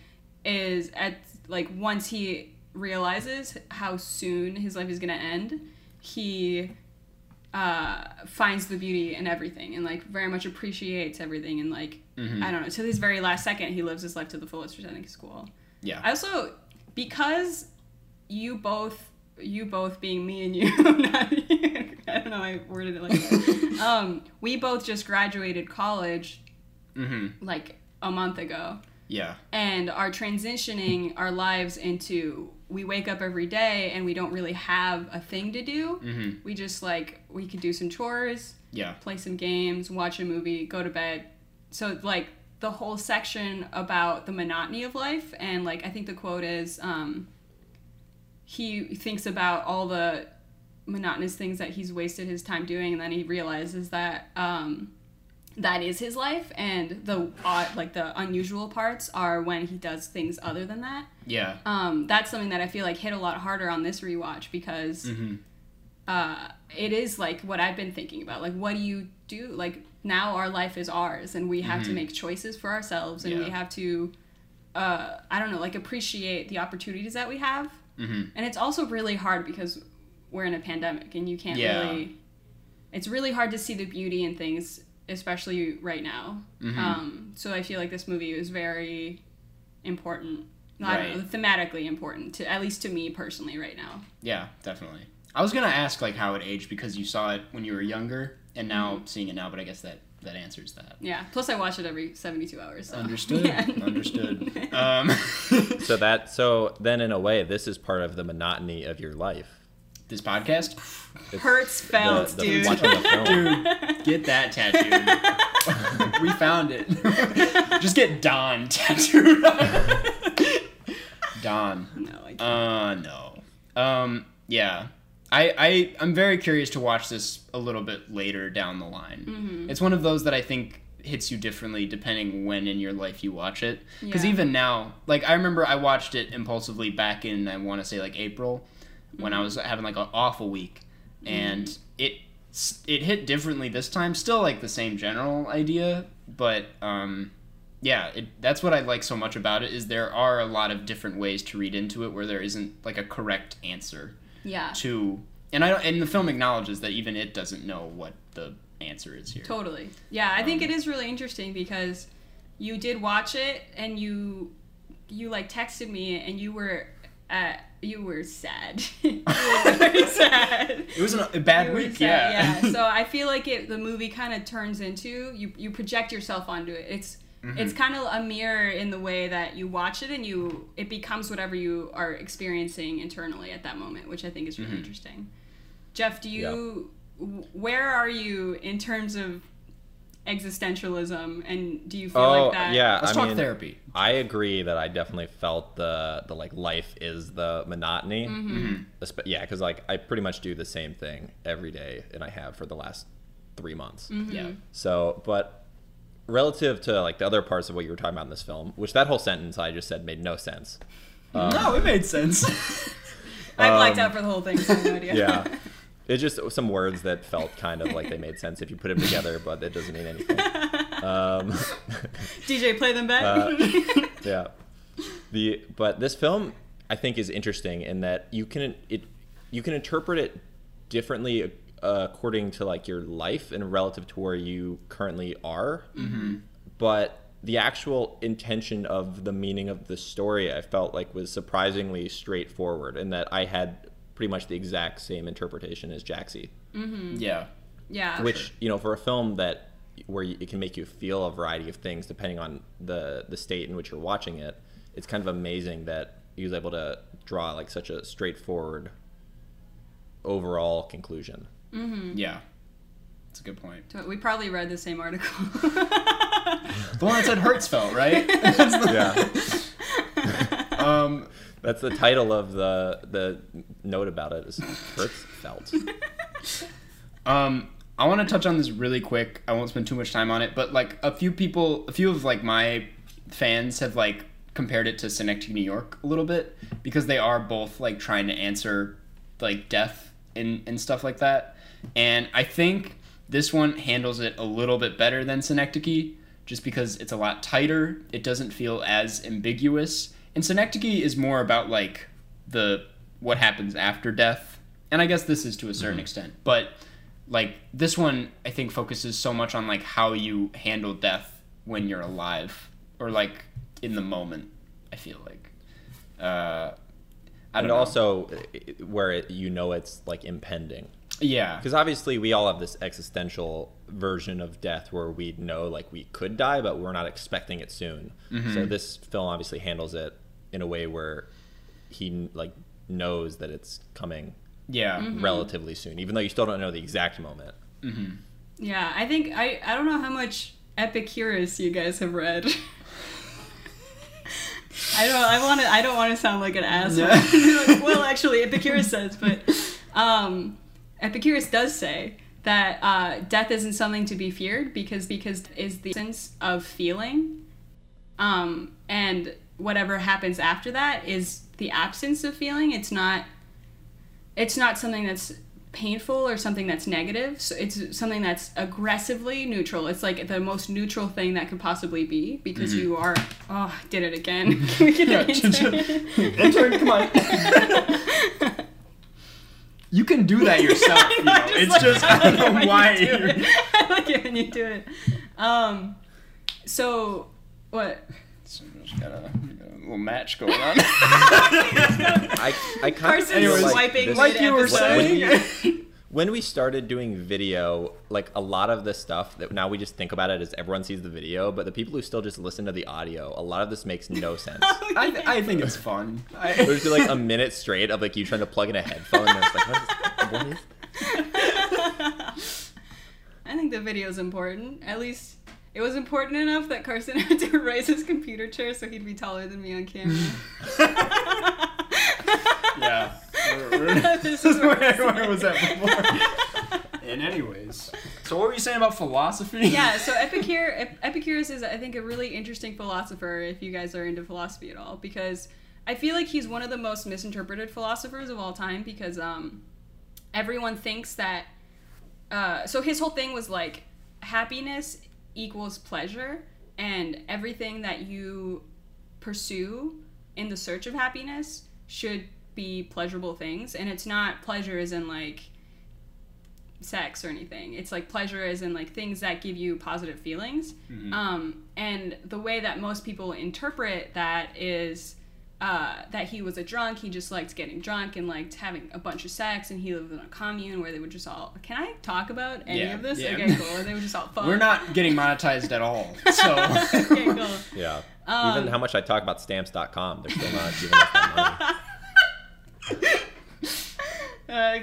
S3: is at like once he realizes how soon his life is gonna end he uh, finds the beauty in everything and like very much appreciates everything and like
S1: Mm-hmm.
S3: I don't know to his very last second he lives his life to the fullest which I think is cool. I
S1: Yeah.
S3: also because you both you both being me and you *laughs* not you, I don't know I worded it
S1: *laughs*
S3: like that. um we both just graduated college
S1: Mm-hmm.
S3: like a month ago
S1: Yeah.
S3: and are transitioning our lives into we wake up every day and we don't really have a thing to do.
S1: Mm-hmm.
S3: We just like we could do some chores,
S1: Yeah.
S3: play some games, watch a movie, go to bed. So like the whole section about the monotony of life and like I think the quote is um he thinks about all the monotonous things that he's wasted his time doing and then he realizes that um that is his life and the odd like the unusual parts are when he does things other than that
S1: Yeah.
S3: um, that's something that I feel like hit a lot harder on this rewatch because
S1: Mm-hmm.
S3: uh, it is like what I've been thinking about. Like, what do you do? Like, now our life is ours, and we have to make choices for ourselves, and we
S1: Mm-hmm. Yeah.
S3: have to, uh, I don't know, like appreciate the opportunities that we have.
S1: Mhm.
S3: And it's also really hard because we're in a pandemic, and you can't
S1: Yeah.
S3: really. It's really hard to see the beauty in things, especially right now.
S1: Mm-hmm.
S3: Um, so I feel like this movie was very important. I don't know,
S1: Right.
S3: thematically important to at least to me personally right now.
S1: Yeah. Definitely. I was gonna ask like how it aged because you saw it when you were younger and now
S3: Mm-hmm.
S1: seeing it now, but I guess that that answers that.
S3: Yeah. Plus, I watch it every seventy-two hours. So.
S1: Understood.
S3: *laughs* Yeah.
S1: Understood. Um, *laughs*
S2: So that so then in a way this is part of the monotony of your life.
S1: this podcast,
S2: It's
S3: Hurts felt,
S2: the- the-
S3: dude.
S2: watching the film.
S1: dude, get that tattooed.
S3: *laughs*
S1: *laughs* we found it. Just get Don tattooed.
S3: *laughs*
S1: Don.
S3: no, I can't.
S1: Uh no. Um yeah. I I I'm very curious to watch this a little bit later down the line. It's one of those that I think hits you differently depending when in your life you watch it. Cuz
S3: Yeah.
S1: even now, like I remember I watched it impulsively back in I want to say like April when I was having like an awful week and it s- it hit differently this time. Still like the same general idea, but um yeah it, that's what i like so much about it is there are a lot of different ways to read into it where there isn't like a correct answer
S3: yeah.
S1: to and i don't and the film acknowledges that even it doesn't know what the answer is here
S3: Totally. Yeah, I
S1: um,
S3: think it is really interesting because you did watch it and you you like texted me and you were at you were sad. *laughs* you were
S1: *laughs*
S3: very sad.
S1: It was an, a bad
S3: You were
S1: week, *laughs*
S3: sad,
S2: *laughs*
S1: yeah.
S3: So I feel like it, the movie kind of turns into you. You project yourself onto it. It's
S2: Mm-hmm.
S3: it's kind of a mirror in the way that you watch it and you it becomes whatever you are experiencing internally at that moment, which I think is
S2: Mm-hmm.
S3: really interesting. Jeff, do you w where are you in terms of existentialism, and do you feel
S2: Oh
S3: like that?
S2: yeah,
S1: Let's
S2: I
S1: talk
S2: mean,
S1: therapy.
S2: I agree that I definitely felt the the like life is the monotony. Espe- Yeah, because like I pretty much do the same thing every day, and I have for the last three months.
S1: Yeah.
S2: So, but relative to like the other parts of what you were talking about in this film, which that whole sentence I just said made no sense. Um,
S1: no, it made *laughs* sense.
S3: I blacked out for the whole thing. So I have no idea.
S2: Yeah.
S3: *laughs*
S2: It's just some words that felt kind of like they made sense if you put them together, but it doesn't mean anything. Um, *laughs*
S3: DJ, play them back.
S2: Uh,
S3: *laughs*
S2: yeah. The but this film I think is interesting in that you can it you can interpret it differently uh, according to like your life and relative to where you currently are. But the actual intention of the meaning of the story I felt like was surprisingly straightforward and that I had pretty much the exact same interpretation as Jaxie
S1: yeah.
S3: yeah.
S2: which you know for a film that where you- it can make you feel a variety of things depending on the the state in which you're watching it it's kind of amazing that he was able to draw like such a straightforward overall conclusion
S1: Yeah. That's a good point.
S3: We probably read the same
S2: *laughs*
S3: article.
S1: The one that said Hertzfeld, right? That's the-
S2: yeah
S1: *laughs* um,
S2: *laughs* that's the title of the the note about it is Hertzfeld.
S1: Um, I want to touch on this really quick. I won't spend too much time on it, but like a few people, a few of like my fans have like compared it to Synecdoche, New York, a little bit because they are both like trying to answer like death and and stuff like that. And I think this one handles it a little bit better than Synecdoche, just because it's a lot tighter. It doesn't feel as ambiguous. And Synecdoche is more about like the what happens after death. And I guess this is to a certain extent, but like this one i think focuses so much on like how you handle death when you're alive or like in the moment i feel like uh i don't
S2: and
S1: know
S2: also i- where it, you know it's like impending
S1: yeah
S2: because obviously we all have this existential version of death where we know like we could die but we're not expecting it soon so this film obviously handles it in a way where he like knows that it's coming
S1: yeah
S2: relatively soon even though you still don't know the exact moment
S3: yeah, I think I I don't know how much Epicurus you guys have read. I don't I want to I don't want to sound like an asshole. well, actually Epicurus says, but um Epicurus does say that uh, death isn't something to be feared because because is the sense of feeling um, and whatever happens after that is the absence of feeling it's not it's not something that's painful or something that's negative so it's something that's aggressively neutral it's like the most neutral thing that could possibly be because you are oh I did it again *laughs* Can we get an intern?
S1: Intern, come on *laughs*
S3: *laughs*
S1: you can do that yourself you know.
S3: just
S1: it's
S3: like-
S1: just i don't *laughs* know why
S3: you do
S1: you-
S3: it. *laughs* I like it when you do it. Um, so what?
S1: So we just got a, we got a little match going on
S2: i, I kind of
S3: Carson's
S2: feel like
S3: swiping
S2: this-
S1: like you were
S2: What- what do
S1: saying
S2: you- when we started doing video, like a lot of this stuff that now we just think about it as everyone sees the video, but the people who still just listen to the audio, a lot of this makes no sense.
S1: *laughs*
S3: *laughs*
S1: I, th- I think it's fun *laughs* I,
S2: There's been
S1: um,
S2: like a minute straight of like you trying to plug in a headphone and it's like, what is, what is
S3: I think the video's important. At least it was important enough that Carson *laughs* had to raise his computer chair so he'd be taller than me on camera. *laughs*
S1: yeah We're- we're- *laughs*
S3: this is where
S1: where, where was that
S3: *laughs*
S1: before? and anyways, so what were you saying about philosophy? *laughs*
S3: yeah, so Epicure, Ep- Epicurus is, I think, a really interesting philosopher if you guys are into philosophy at all, because I feel like he's one of the most misinterpreted philosophers of all time because um, everyone thinks that. Uh, so his whole thing was like happiness equals pleasure, and everything that you pursue in the search of happiness should be pleasurable things. And it's not pleasure as in like sex or anything. It's like pleasure as in like things that give you positive
S1: Mm-hmm.
S3: feelings. Um, and the way that most people interpret that is uh, that he was a drunk. He just liked getting drunk and liked having a bunch of sex. And he lived in a commune where they would just all. Can I talk about any
S1: Yeah,
S3: of this?
S1: yeah.
S3: Okay, cool. They would just all
S1: *laughs*
S3: fuck.
S1: We're not getting monetized at all.
S3: *laughs*
S1: So
S3: okay, cool.
S2: Yeah. Even how much I talk about stamps.com, they're still not giving us that money.
S3: Uh,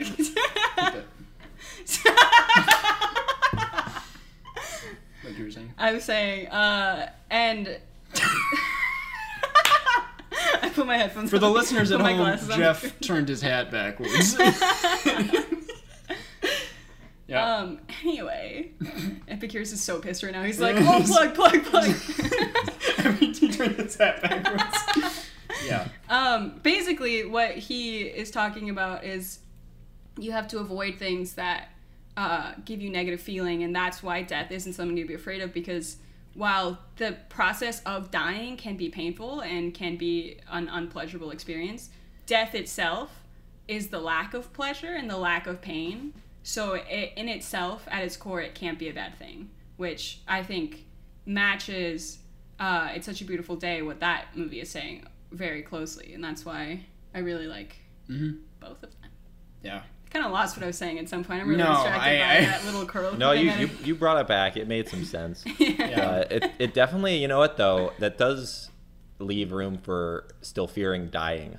S1: like you were saying.
S3: *laughs* I was saying, uh, and *laughs* I put my headphones
S1: For the
S3: on,
S1: listeners at
S3: put my
S1: home,
S3: glasses on. *laughs*
S1: Jeff turned his hat backwards. yeah. *laughs*
S3: Um. Anyway, Epicurus is so pissed right now. He's like, "Oh, plug, plug,
S1: *laughs*
S3: plug."
S1: he turned his hat backwards. yeah.
S3: um. Basically, what he is talking about is you have to avoid things that uh, give you negative feeling, and that's why death isn't something to be afraid of because while the process of dying can be painful and can be an unpleasurable experience, death itself is the lack of pleasure and the lack of pain. So, it, in itself, at its core, it can't be a bad thing, which I think matches uh, It's Such a Beautiful Day, what that movie is saying very closely. And that's why I really like
S2: Mm-hmm.
S1: Mhm.
S3: both of them
S1: Yeah.
S3: kind of lost what I was saying at some point. I'm really
S1: No,
S3: distracted
S1: I-
S3: by
S1: I-
S3: that little curl.
S2: *laughs* No,
S3: thing
S2: you,
S3: that
S2: you, you brought it back. It made some sense.
S3: I-
S1: Yeah.
S2: Uh, it, it definitely, you know what, though? That does leave room for still fearing dying.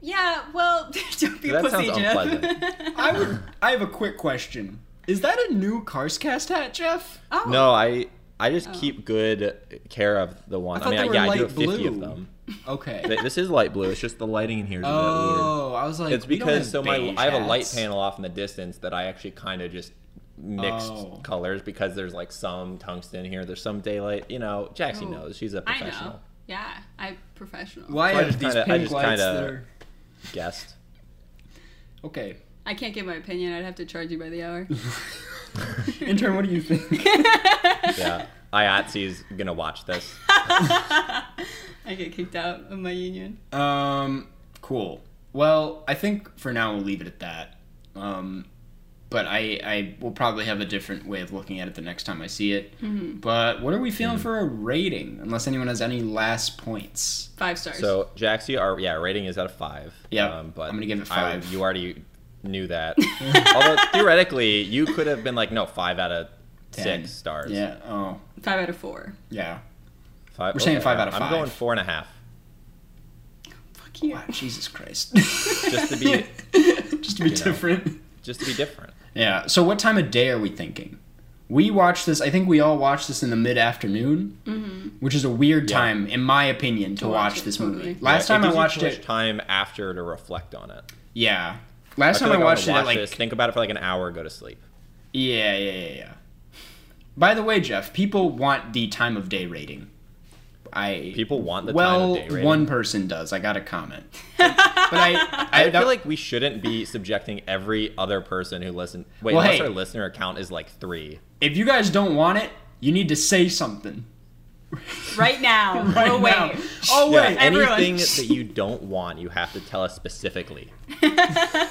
S3: yeah. Well, *laughs* don't be a
S2: That
S3: pussy,
S2: sounds
S3: Jeff. *laughs*
S2: unpleasant.
S1: I would. I have a quick question. Is that a new Carscast hat, Jeff?
S3: oh,
S2: No, I I just keep good care of the one.
S1: I
S2: I,
S1: thought
S2: mean,
S1: they
S2: I,
S1: were
S2: yeah, I do
S1: light
S2: have 50 of
S1: blue.
S2: them.
S1: Okay.
S2: Th- this is light blue. It's just the lighting in here is a bit weird.
S1: oh, I was like,
S2: it's
S1: we don't
S2: because so
S1: have
S2: my
S1: beige
S2: I have a light
S1: hats.
S2: panel off in the distance that I actually kind of just mixed
S1: Oh.
S2: colors because there's like some tungsten here, there's some daylight. You know, Jaxie
S3: Oh.
S2: knows she's a
S3: I
S2: professional
S3: know. Yeah, I professional.
S1: Why
S2: So I
S1: have
S2: just
S1: these
S2: kinda- I
S1: pink
S2: just
S1: lights
S2: kinda- *laughs*
S1: that are
S2: guest.
S1: okay? *laughs*
S3: I can't give my opinion. I'd have to charge you by the hour. *laughs*
S1: Intern, what do you think?
S2: *laughs* Yeah, Ayatsi's gonna watch this.
S3: I get kicked out of my union.
S1: Um, cool. Well, I think for now we'll leave it at that. Um, but I, I will probably have a different way of looking at it the next time I see it. But what are we
S2: Mm-hmm.
S1: feeling for a rating? Unless anyone has any last points.
S3: Five stars.
S1: *laughs*
S2: So Jaxie, our yeah rating is out of five. Um,
S1: Yeah, I'm gonna give it
S2: I-
S1: five.
S2: you already knew that.
S1: *laughs*
S2: Although theoretically, you could have been like, no, five out of
S1: Ten.
S2: six stars.
S1: Yeah. Oh,
S3: Five out of four.
S1: yeah.
S2: Five,
S1: We're saying five out of
S2: I'm
S1: five.
S2: going four and a half.
S3: Fuck you.
S1: Wow,
S2: *laughs*
S1: Jesus Christ.
S2: Just to
S1: *laughs*
S2: be,
S1: Just to be
S2: You know.
S1: different.
S2: just to be different.
S1: Yeah. So what time of day are we thinking? We watched this. I think we all watched this in the mid afternoon, which is a weird
S2: Yeah.
S1: time, in my opinion, to,
S3: watch
S1: watch,
S3: it,
S1: this
S3: totally.
S1: movie. Last
S2: Yeah,
S1: time I
S2: gives you
S1: watched
S2: too much
S1: it,
S2: time after to reflect on it.
S1: yeah. Last
S2: I feel
S1: time I
S2: like wanna
S1: watched it, at,
S2: watch
S1: like
S2: this, think about it for like an hour, go to sleep.
S1: yeah, yeah, yeah, yeah. By the way, Jeff, people want the time of day rating. I
S2: People want the time
S1: well,
S2: of day rating.
S1: one person does. I got a
S3: *laughs*
S1: comment, but
S2: I
S1: I, I, that-
S2: feel like we shouldn't be subjecting every other person who listen. Wait,
S1: Well,
S2: unless
S1: hey.
S2: our listener count is like three.
S1: if you guys don't want it, you need to say something.
S2: *laughs*
S3: Right now.
S1: Right
S3: oh,
S1: now.
S3: wait.
S1: Oh
S2: Yeah,
S1: wait,
S3: everyone.
S2: anything that you don't want, you have to tell us specifically.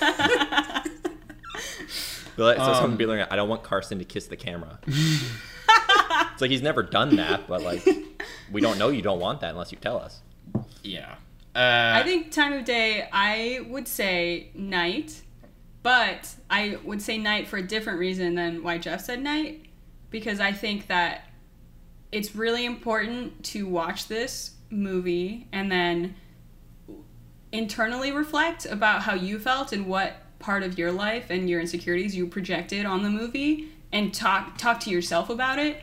S2: Oh,
S3: *laughs*
S2: Be like- so
S1: Um.
S2: someone be like, I don't want Carson to kiss the
S1: *laughs*
S2: camera. it's like he's never done that, but like we don't know you don't want that unless you tell us.
S1: yeah.
S3: I
S1: Uh,
S3: think time of day, I would say night, but I would say night for a different reason than why Jeff said night, because I think that it's really important to watch this movie and then internally reflect about how you felt and what part of your life and your insecurities you projected on the movie and talk talk to yourself about it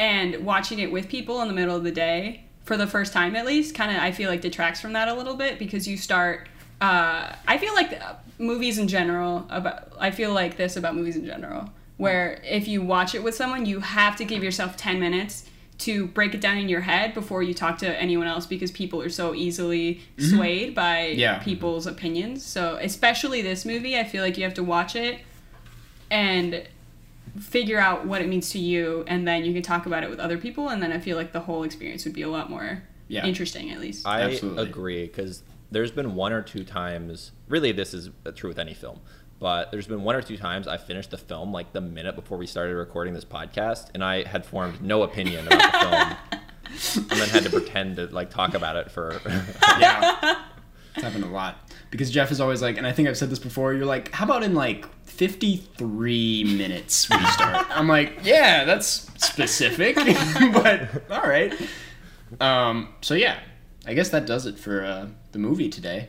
S3: and watching it with people in the middle of the day for the first time at least kind of i feel like detracts from that a little bit because you start uh, i feel like uh, movies in general about i feel like this about movies in general where if you watch it with someone you have to give yourself 10 minutes to break it down in your head before you talk to anyone else because people are so easily swayed by
S1: Yeah.
S3: people's opinions so especially this movie i feel like you have to watch it and figure out what it means to you and then you can talk about it with other people and then i feel like the whole experience would be a lot more
S1: Yeah.
S3: interesting at least
S2: I
S1: Absolutely.
S2: agree because there's been one or two times. Really, this is true with any film, but there's been one or two times I finished the film like the minute before we started recording this podcast, and I had formed no opinion about the film.
S1: *laughs*
S2: and then had to pretend to like talk about it for. *laughs*
S1: yeah. *laughs* It's happened a lot. Because Jeff is always like, and I think I've said this before, you're like, how about in like 53 minutes we
S3: *laughs*
S1: start? I'm like, yeah, that's specific, *laughs* but all right. Um, so yeah, I guess that does it for uh, the movie today.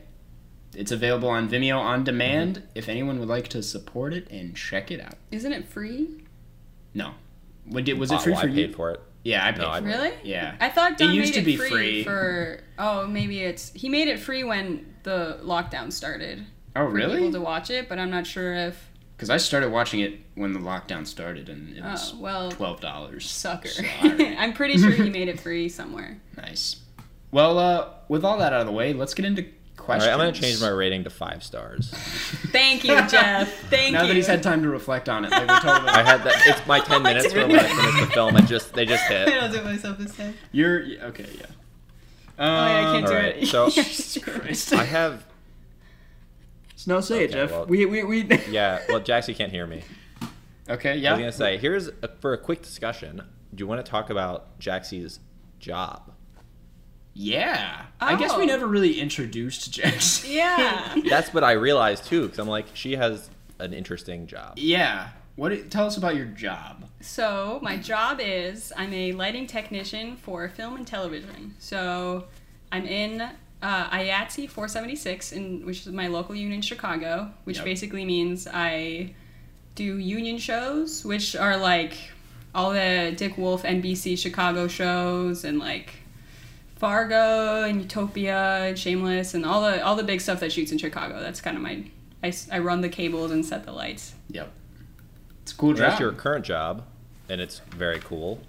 S1: It's available on Vimeo on demand
S3: Mm-hmm.
S1: if anyone would like to support it and check it out.
S3: Isn't it free?
S1: No. When did, was
S2: Oh,
S1: it free
S2: I
S1: for you?
S2: paid for it.
S1: Yeah, I paid
S2: No,
S1: for
S2: I-
S1: it.
S3: Really?
S1: Yeah. Oh,
S3: I thought Don
S1: used to
S3: made it
S1: be
S3: free,
S1: free.
S3: for. Oh, maybe it's he made it free when the lockdown started.
S1: Oh,
S3: for People
S1: really?
S3: to watch it, but I'm not sure if.
S1: Because I started watching it when the lockdown started, and it was
S3: Oh well,
S1: twelve dollars.
S3: sucker. *laughs* I'm pretty sure he made it free somewhere.
S1: *laughs* nice. Well, uh, with all that out of the way, let's get into
S2: All
S1: questions.
S2: right, I'm gonna change my rating to five stars.
S1: *laughs*
S3: Thank you, Jeff. Thank
S1: Now
S3: you.
S1: that he's
S3: *laughs*
S1: had time to reflect on it, like we told
S2: *laughs*
S1: him,
S2: I had that. It's my
S1: *laughs*
S2: ten minutes for when I finish the film. I just they just
S3: I
S2: hit.
S3: don't do myself this time.
S1: you're okay. Yeah. Um,
S3: Oh, yeah, I can't
S2: all
S3: do
S2: right,
S3: it. *laughs*
S2: so-
S1: Jesus Christ.
S2: I have
S1: no, say it,
S2: Okay,
S1: Jeff.
S2: well-
S1: we we we. *laughs*
S2: yeah. Well, Jaxie can't hear me.
S1: Okay.
S2: I
S1: Yeah.
S2: was gonna say here's a, for a quick discussion. Do you want to talk about Jaxie's job?
S1: Yeah. I guess
S3: Oh.
S1: we never really introduced Jax.
S3: *laughs* yeah.
S2: That's what I realized too, because I'm like, she has an interesting job.
S1: yeah. What? i- Tell us about your job.
S3: So, my job is I'm a lighting technician for film and television. So, I'm in uh, IATSE 476, in, which is my local union in Chicago, which
S1: Yep.
S3: basically means I do union shows, which are like all the Dick Wolf NBC Chicago shows and like Fargo and Utopia and Shameless and all the all the big stuff that shoots in Chicago. That's kind of my I, s- I run the cables and set the lights.
S1: Yep. It's a cool
S2: Well,
S1: job.
S2: That's your current job, and it's very cool.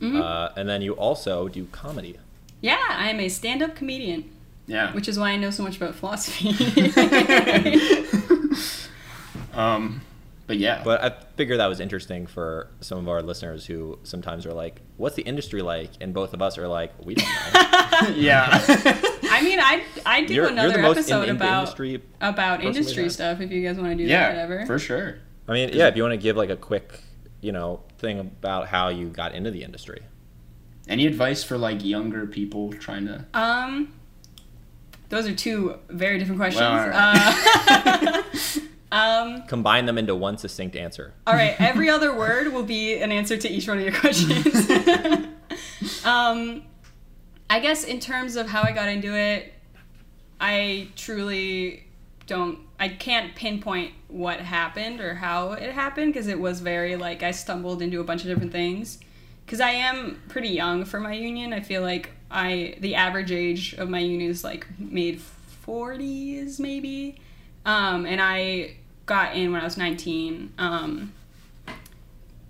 S3: Mm-hmm.
S2: Uh, and then you also do comedy.
S3: Yeah, I am a stand-up comedian.
S1: yeah.
S2: *laughs*
S3: Which is why I know so much about philosophy.
S1: um. But yeah.
S2: But I figure that was interesting for some of our listeners who sometimes are like, "What's the industry like?" And both of us are like, "We
S3: *laughs*
S2: don't know."
S1: *laughs* yeah.
S3: I mean, I I do
S2: you're, you're
S3: another
S2: the most in,
S3: episode
S2: in the
S3: about
S2: industry.
S3: about
S2: person we
S3: industry
S2: have.
S3: stuff if you guys want to do
S1: yeah.
S3: that whatever.
S1: For sure.
S2: I mean, yeah. If you want to give like a quick, you know, thing about how you got into the industry.
S1: Any advice for like younger people trying to?
S3: Um those are two very different questions. Um,
S1: Well, all
S3: Uh, um
S2: Combine them into one succinct answer.
S3: all right, every other word will be an answer to each one of your questions. um I guess in terms of how I got into it, I truly don't I can't pinpoint what happened or how it happened because it was very like I stumbled into a bunch of different things cuz I am pretty young for my union. I feel like I the average age of my union is like mid 40s maybe. Um and I got in when I was 19. Um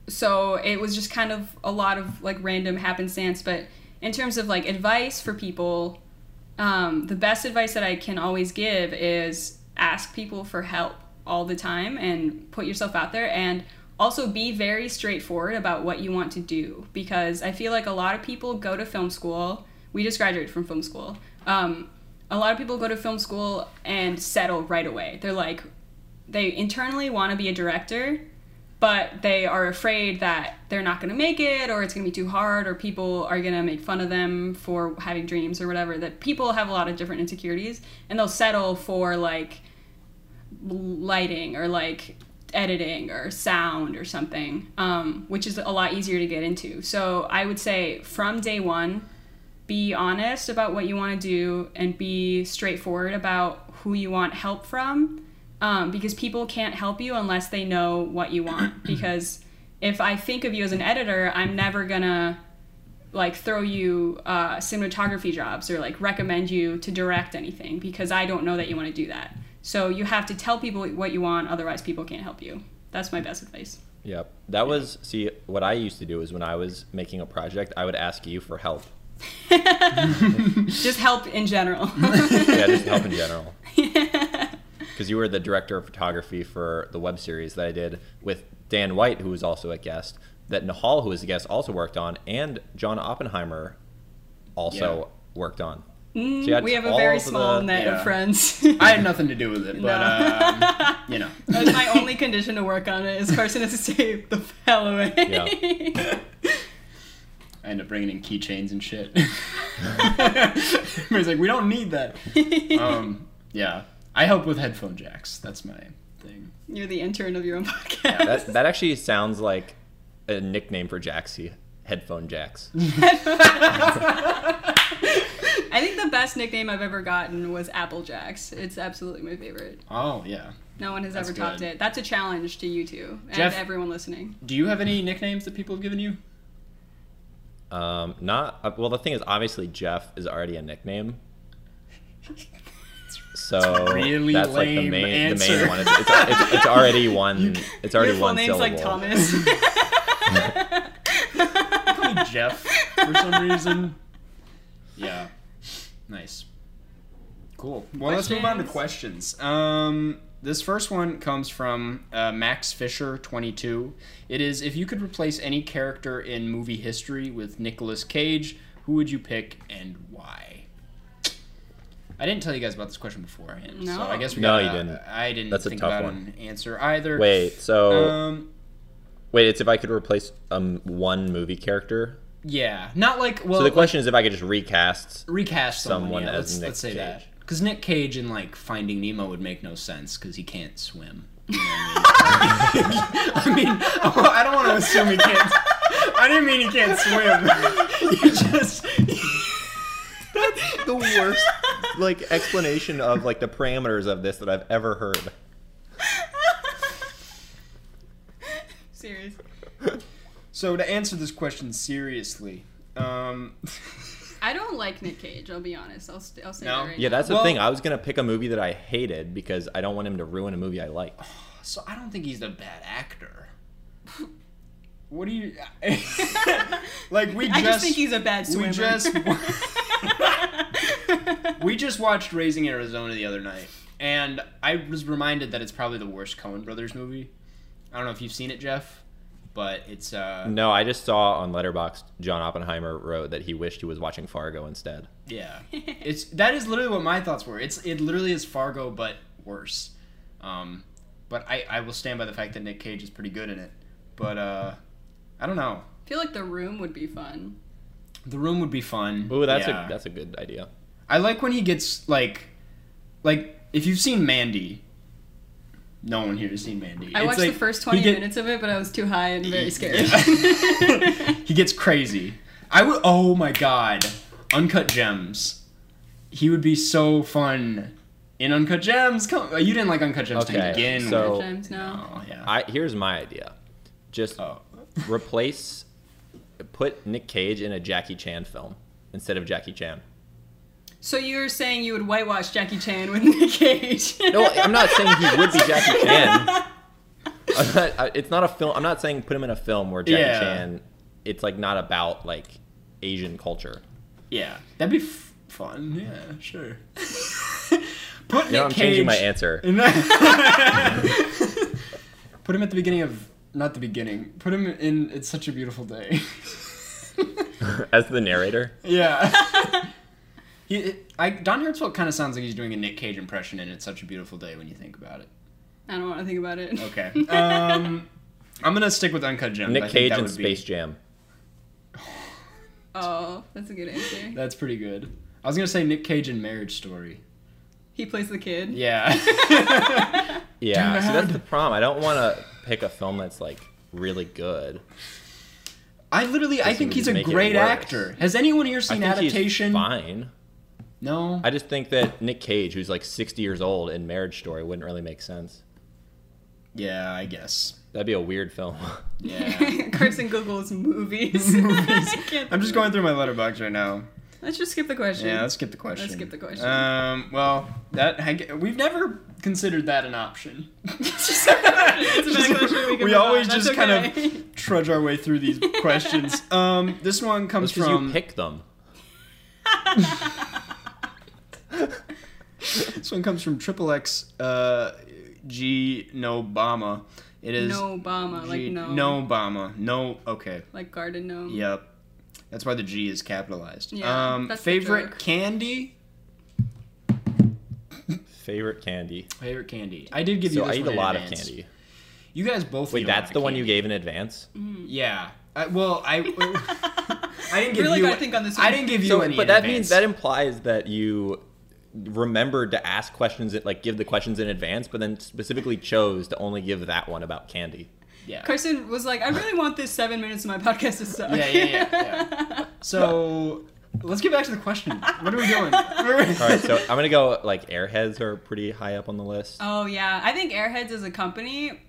S3: so it was just kind of a lot of like random happenstance but in terms of like advice for people um, the best advice that i can always give is ask people for help all the time and put yourself out there and also be very straightforward about what you want to do because i feel like a lot of people go to film school we just graduated from film school um, a lot of people go to film school and settle right away they're like they internally want to be a director but they are afraid that they're not going to make it or it's going to be too hard or people are going to make fun of them for having dreams or whatever that people have a lot of different insecurities and they'll settle for like lighting or like editing or sound or something um, which is a lot easier to get into so i would say from day one be honest about what you want to do and be straightforward about who you want help from um, because people can't help you unless they know what you want because if i think of you as an editor i'm never gonna like throw you uh, cinematography jobs or like recommend you to direct anything because i don't know that you want to do that so you have to tell people what you want otherwise people can't help you that's my best advice
S2: Yep. That was see what I used to do is when I was making a project, I would ask you for help.
S3: just help in general
S2: Yeah, just help in
S3: *laughs*
S2: general. Because you were the director of photography for the web series that I did with Dan White, who was also a guest, that Nahal, who was a guest, also worked on, and John Oppenheimer also
S1: Yeah.
S2: worked on.
S3: Mm,
S2: See, I
S3: we have a
S2: all
S3: very
S2: of the-
S3: small net
S1: yeah.
S3: of friends
S1: I had nothing to do with it, but um, you
S3: *laughs*
S1: know.
S3: That's my only condition *laughs* to work on it is Carson has to stay the hell away.
S2: Yeah.
S1: I end up bringing in keychains and shit. *laughs* Everybody's like, we don't need
S3: *laughs*
S1: that. Um, yeah, I help with headphone jacks. That's my thing.
S3: You're the intern of your own podcast.
S2: That that actually sounds like a nickname for Jaxie. Headphone jacks.
S3: *laughs* I think the best nickname I've ever gotten was Apple Jacks. It's absolutely my favorite.
S1: Oh yeah.
S3: No one has
S1: That's
S3: ever topped
S1: good.
S3: it. That's a challenge to you two and
S1: Jeff-
S3: everyone listening.
S1: Do you have any nicknames that people have given you?
S2: Um, not uh, well. The thing is, obviously, Jeff is already a *laughs* nickname. So
S1: really
S2: that's like the
S1: lame
S2: main, the
S1: answer.
S2: main one. It's, it's, it's, it's *laughs* already one. It's already
S3: Your full
S2: one
S3: name's like
S2: syllable.
S3: Thomas.
S2: *laughs*
S1: Call me Jeff for some reason. Yeah. Nice. Cool. Well, let's move on to questions. Um, this first one comes from uh, Max Fisher, 22. It is if you could replace any character in movie history with Nicolas Cage, who would you pick and why? I didn't tell you guys about this question beforehand, so
S3: No.
S1: I guess we
S2: No,
S1: got
S2: you didn't.
S1: I didn't
S2: That's a
S1: think
S2: tough
S1: about
S2: one.
S1: an answer either.
S2: Wait, so
S1: Um,
S2: wait, it's if I could replace um one movie character.
S1: yeah, not like well.
S2: So the
S1: like-
S2: question is if I could just recast.
S1: recast someone,
S2: Someone
S1: yeah,
S2: as
S1: let's,
S2: Nick
S1: let's say
S2: Cage.
S1: that because Nick Cage in like Finding Nemo would make no sense because he can't swim. You know what I mean, *laughs* I, mean oh, I don't want to assume he can't. I didn't mean he can't swim. *laughs* you just
S2: the worst like explanation of like the parameters of this that I've ever heard.
S3: *laughs* Serious.
S1: so to answer this question seriously. Um,
S3: I don't like Nick Cage. I'll be honest. I'll, st- I'll say
S1: No?
S3: that right
S2: Yeah,
S3: now.
S2: that's the
S1: Well-
S2: thing. I was gonna pick a movie that I hated because I don't want him to ruin a movie I like.
S1: *laughs* so I don't think he's a bad
S3: *laughs*
S1: actor. What do you *laughs* like? We
S3: I just think he's a bad swimmer.
S1: we just *laughs*
S3: *laughs*
S1: we just watched Raising Arizona the other night, and I was reminded that it's probably the worst Coen Brothers movie. I don't know if you've seen it, Jeff, but it's uh
S2: No, I just saw on Letterboxd John Oppenheimer wrote that he wished he was watching Fargo instead.
S3: *laughs*
S1: yeah, it's that is literally what my thoughts were. It's it literally is Fargo but worse. Um, but I I will stand by the fact that Nick Cage is pretty good in it, but uh, I don't know.
S3: I feel like the room would be fun.
S1: The Room would be fun.
S2: Ooh, that's
S1: Yeah.
S2: a that's a good idea.
S1: I like when he gets like, like if you've seen Mandy. No one here has seen Mandy.
S3: I
S1: It's
S3: watched
S1: like,
S3: the first
S1: he
S3: 20
S1: get-
S3: minutes of it, but I was too high and very
S1: *laughs*
S3: scared. *laughs*
S1: Yeah. he gets crazy. I would. Oh my god, Uncut Gems. He would be so fun in Uncut Gems. Come, you didn't like Uncut Gems to
S2: Okay,
S1: begin
S2: so-
S1: with.
S3: Sometimes now.
S1: Oh yeah.
S2: I here's my idea. Just
S1: oh.
S2: replace put Nick Cage in a Jackie Chan film instead of Jackie Chan.
S3: So you're saying you would whitewash Jackie Chan with Nick Cage? *laughs*
S2: No, I'm not saying he would be Jackie Chan. *laughs* I'm not, I- it's not a film. I'm not saying put him in a film where Jackie
S1: Yeah.
S2: Chan. It's like not about like Asian culture.
S1: Yeah, that'd be f- fun. Yeah, sure. *laughs* Put
S2: You know,
S1: Nick
S2: I'm
S1: Cage.
S2: changing my answer.
S1: And then- put him at the beginning of not the beginning. Put him in It's Such a Beautiful Day. *laughs*
S2: As the narrator,
S1: yeah. *laughs* He, I, Don Hertzfeldt kind of sounds like he's doing a Nick Cage impression in It's Such a Beautiful Day when you think about it.
S3: I don't want to think about it. *laughs*
S1: Okay. Um, I'm going to stick with Uncut Gems. I
S2: Nick
S1: think
S2: Cage
S1: that
S2: in
S1: would be-
S2: Space Jam.
S3: Oh, that's a good answer.
S1: That's pretty good. I was going to say Nick Cage in Marriage Story.
S3: He plays the kid.
S1: Yeah.
S2: Yeah, so that's
S1: Dad.
S2: the problem. I don't want to pick a film that's like really good.
S1: *laughs* I literally, I
S2: Doesn't
S1: think he's a
S2: make it
S1: great
S2: worse.
S1: actor. Has anyone here
S2: I
S1: seen
S2: think he's
S1: adaptation?
S2: fine.
S1: No.
S2: I just think that Nick Cage, who's like 60 years old in Marriage Story, wouldn't really make sense.
S1: yeah, I guess.
S2: That'd be a weird film. *laughs*
S1: Yeah.
S3: *laughs* Carson Googles movies.
S1: *laughs* Movies.
S3: *laughs* I can't
S1: I'm just
S3: think
S1: going through my letterbox right now.
S3: of- Let's just skip the question.
S1: Yeah, let's
S3: *laughs*
S1: skip the question.
S3: skip the question.
S1: Um, well, that I gue- we've never considered that an option. *laughs*
S3: *laughs* It's a bad question, we can
S1: we
S3: move on.
S1: always
S3: That's
S1: just
S3: okay.
S1: kind of trudge our way through
S3: *laughs*
S1: these questions. Um, this one comes
S2: It's because
S1: from
S2: you pick them.
S1: this one comes from Triple X uh, G Nobama. It is
S3: no Obama, like
S1: G-
S3: no.
S1: Nobama. No. Okay.
S3: Like garden gnome.
S1: Yep. That's why the G is capitalized.
S3: Yeah,
S1: um,
S3: that's the
S1: favorite
S3: joke.
S1: candy.
S2: Favorite candy.
S1: Favorite candy. I did give you.
S2: So I
S1: this
S2: eat a
S1: one in
S2: lot of
S1: advance.
S2: candy.
S1: You guys both.
S2: Wait,
S1: eat a lot
S2: that's
S1: of
S2: the one you
S1: candy.
S3: *laughs*
S2: gave in advance?
S1: Yeah. I, well, I. I didn't give
S3: really
S1: you.
S3: gotta think on this
S1: I
S3: one.
S1: didn't give you
S2: So,
S1: any.
S2: but
S1: in
S2: that
S1: advance.
S2: means that implies that you remembered to ask questions, that, like give the questions in advance, but then specifically chose to only give that one about candy.
S1: yeah.
S3: Carson was like, I really want this seven minutes of my podcast to suck.
S1: yeah, yeah, yeah, yeah. So let's get back to the question. What are we
S2: *laughs*
S1: doing?
S2: All right, so I'm gonna go like Airheads are pretty high up on the list.
S3: *laughs* Oh yeah, I think Airheads as a company,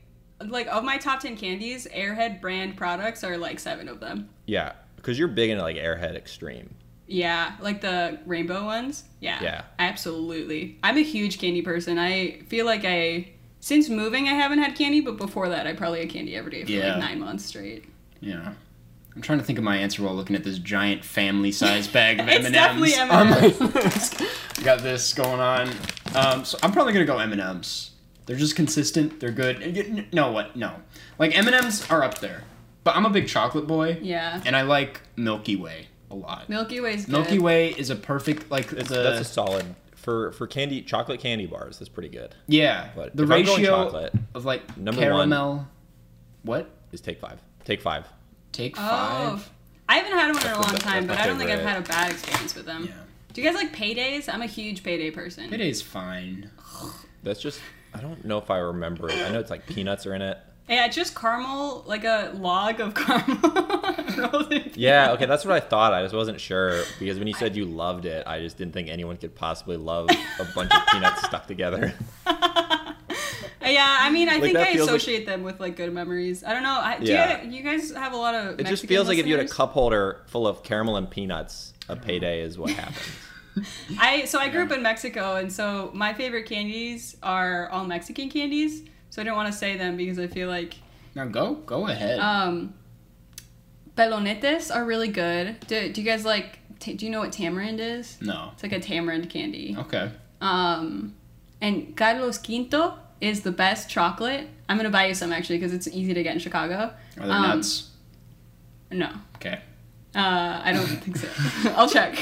S3: like of my top ten candies, Airhead brand products are like seven of them.
S2: Yeah, because you're big into like Airhead Extreme.
S3: Yeah, like the rainbow ones. Yeah.
S2: Yeah.
S3: Absolutely. I'm a huge candy person. I feel like I since moving I haven't had candy, but before that I probably had candy every day for
S1: Yeah.
S3: like nine months straight.
S1: yeah. I'm trying to think of my answer while looking at this giant
S3: *laughs*
S1: family-sized bag of
S3: It's
S1: M&Ms
S3: definitely
S1: on my list. I got this going on. Um, so I'm probably gonna go M&Ms. They're just consistent. They're good. And you- No, what? No, like M&Ms are up there. But I'm a big chocolate boy,
S3: Yeah.
S1: and I like Milky Way a lot.
S3: Milky Way's good.
S1: Milky Way is a perfect like the
S2: That's a solid for for candy chocolate candy bars. That's pretty good.
S1: yeah
S2: But
S1: the
S2: if I'm
S1: ratio
S2: going chocolate,
S1: of like
S2: number one-
S1: caramel. What?
S2: Is take five. Take five.
S1: Take
S3: Oh.
S1: five.
S3: I haven't had one in a
S2: That's
S3: long
S2: my-
S3: time,
S2: that's my
S3: but I don't think I've
S2: favorite.
S3: had a bad experience with them.
S1: Yeah.
S3: Do you guys like paydays? I'm a huge payday person.
S1: It is fine.
S2: That's just I don't know if I remember. it. I know it's like peanuts are in it.
S3: Yeah, it's just caramel, like a log of *laughs* caramel. rolled in-
S2: Yeah, okay, that's what I thought. I just wasn't sure because when you said you loved it, I just didn't think anyone could possibly love a bunch of peanuts stuck together.
S3: Uh, Yeah, I mean, I
S2: Like,
S3: think
S2: that
S3: I
S2: feels like-
S3: associate them with like good memories. I don't know. I, do
S2: Yeah.
S3: you, you guys have a lot of.
S2: It just feels like if you had a cup holder full of caramel and peanuts, a payday is what happened.
S3: I so I grew up in Mexico, and so my favorite candies are all Mexican candies. So I don't want to say them because I feel like
S1: Now go, go ahead.
S3: um, pelonetes are really good. Do, do you guys like? ta do you know what tamarind is?
S1: no. Oh.
S3: It's like a tamarind candy.
S1: Okay.
S3: Um, and Carlos Quinto is the best chocolate. I'm gonna buy you some actually because it's easy to get in Chicago.
S1: Are there
S3: Um,
S1: nuts?
S3: No,
S1: Okay.
S3: uh,
S1: *laughs*
S3: I don't think so. *laughs* I'll check.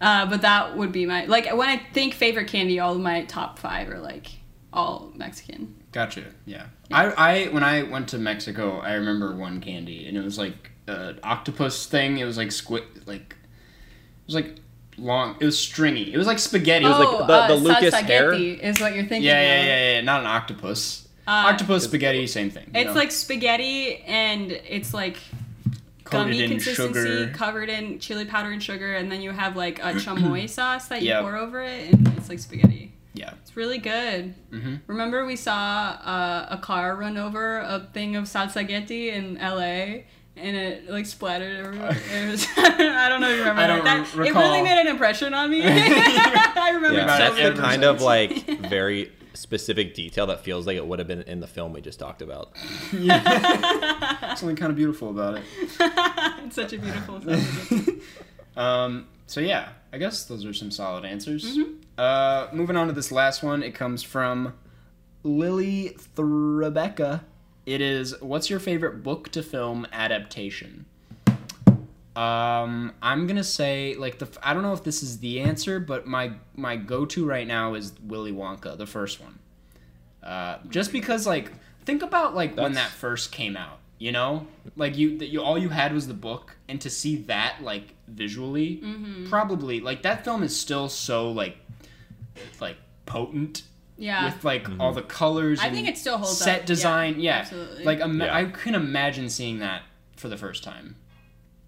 S3: uh, but that would be my like when I think favorite candy, all of my top five are like all Mexican.
S1: Gotcha. Yeah. I, I when I went to Mexico, I remember one candy, and it was like an octopus thing. It was like squid, like it was like long. It was stringy. It was like spaghetti. It was like
S2: like
S3: Oh,
S2: the- the Lucas hair?
S3: spaghetti uh, is what you're thinking.
S1: yeah,
S3: of.
S1: yeah, yeah, yeah. Not an octopus.
S3: Oh, Uh,
S1: octopus spaghetti, same thing. you
S3: It's
S1: know,
S3: like spaghetti, and it's like
S1: coated
S3: gummy
S1: in
S3: consistency,
S1: sugar.
S3: covered in chili powder and sugar, and then you have like a
S1: *clears throat*
S3: chamoy sauce that you
S1: Yeah.
S3: pour over it, and it's like spaghetti.
S1: Yeah. *laughs*
S3: It's really good.
S1: Mhm.
S3: Remember we saw uh, a car run over a thing of salsaghetti in L.A. and it like splattered everywhere. It was, *laughs* I don't know if you remember
S1: Uh, I don't
S3: that.
S1: re-
S3: It really
S1: recall.
S3: made an impression on
S1: *laughs*
S3: me. *laughs* I remember.
S2: Yeah,
S3: so
S2: that's the
S3: vividly.
S2: kind of like very specific detail that feels like it would have been in the film we just talked about.
S1: Something kind of beautiful about
S3: *laughs* it's such a
S1: *laughs*
S3: beautiful. salsaghetti.
S1: it. um. So yeah, I guess those are some solid answers.
S3: Mm-hmm.
S1: Uh, moving on to this last one, it comes from Lily Rebecca. It is what's your favorite book to film adaptation? Um, I'm gonna say like the f- I don't know if this is the answer, but my my go to right now is Willy Wonka, the first one. Uh, just because like think about like when that
S2: That's-
S1: first came out, you know, like you that you all you had was the book, and to see that like visually, probably like that film is still so like like potent
S3: yeah.
S1: with like all
S2: Mm-hmm.
S1: the colors.
S3: I
S1: and
S3: think it still holds up.
S1: set
S3: Yeah,
S1: design. Yeah,
S3: absolutely.
S1: Like uh, ima-
S2: Yeah.
S1: I can imagine seeing that for the first time.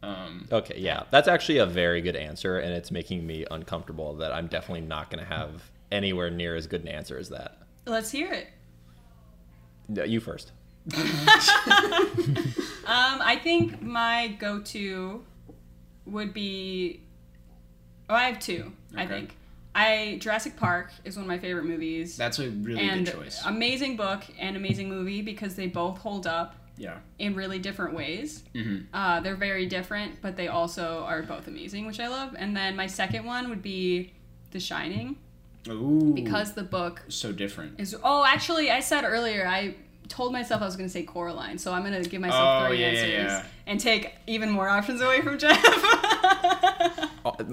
S1: Um,
S2: Okay, yeah, that's actually a very good answer, and it's making me uncomfortable that I'm definitely not going to have anywhere near as good an answer as that.
S3: Let's hear it.
S2: No, You first.
S3: Um, I think my go-to would be. Oh, I have two. I
S1: Okay.
S3: think I Jurassic Park is one of my favorite movies.
S1: that's a really
S3: and
S1: good choice.
S3: amazing book and amazing movie because they both hold up
S1: yeah,
S3: in really different ways.
S1: Mhm.
S3: Uh, they're very different, but they also are both amazing, which I love. And then my second one would be The Shining
S1: ooh,
S3: because the book
S1: so different.
S3: is. Oh, actually, I said earlier I told myself I was going to say Coraline, so I'm going to give myself
S1: Oh,
S3: three
S1: yeah, yeah,
S3: answers
S1: yeah.
S3: and take even more options away from Jeff. *laughs*
S2: Uh,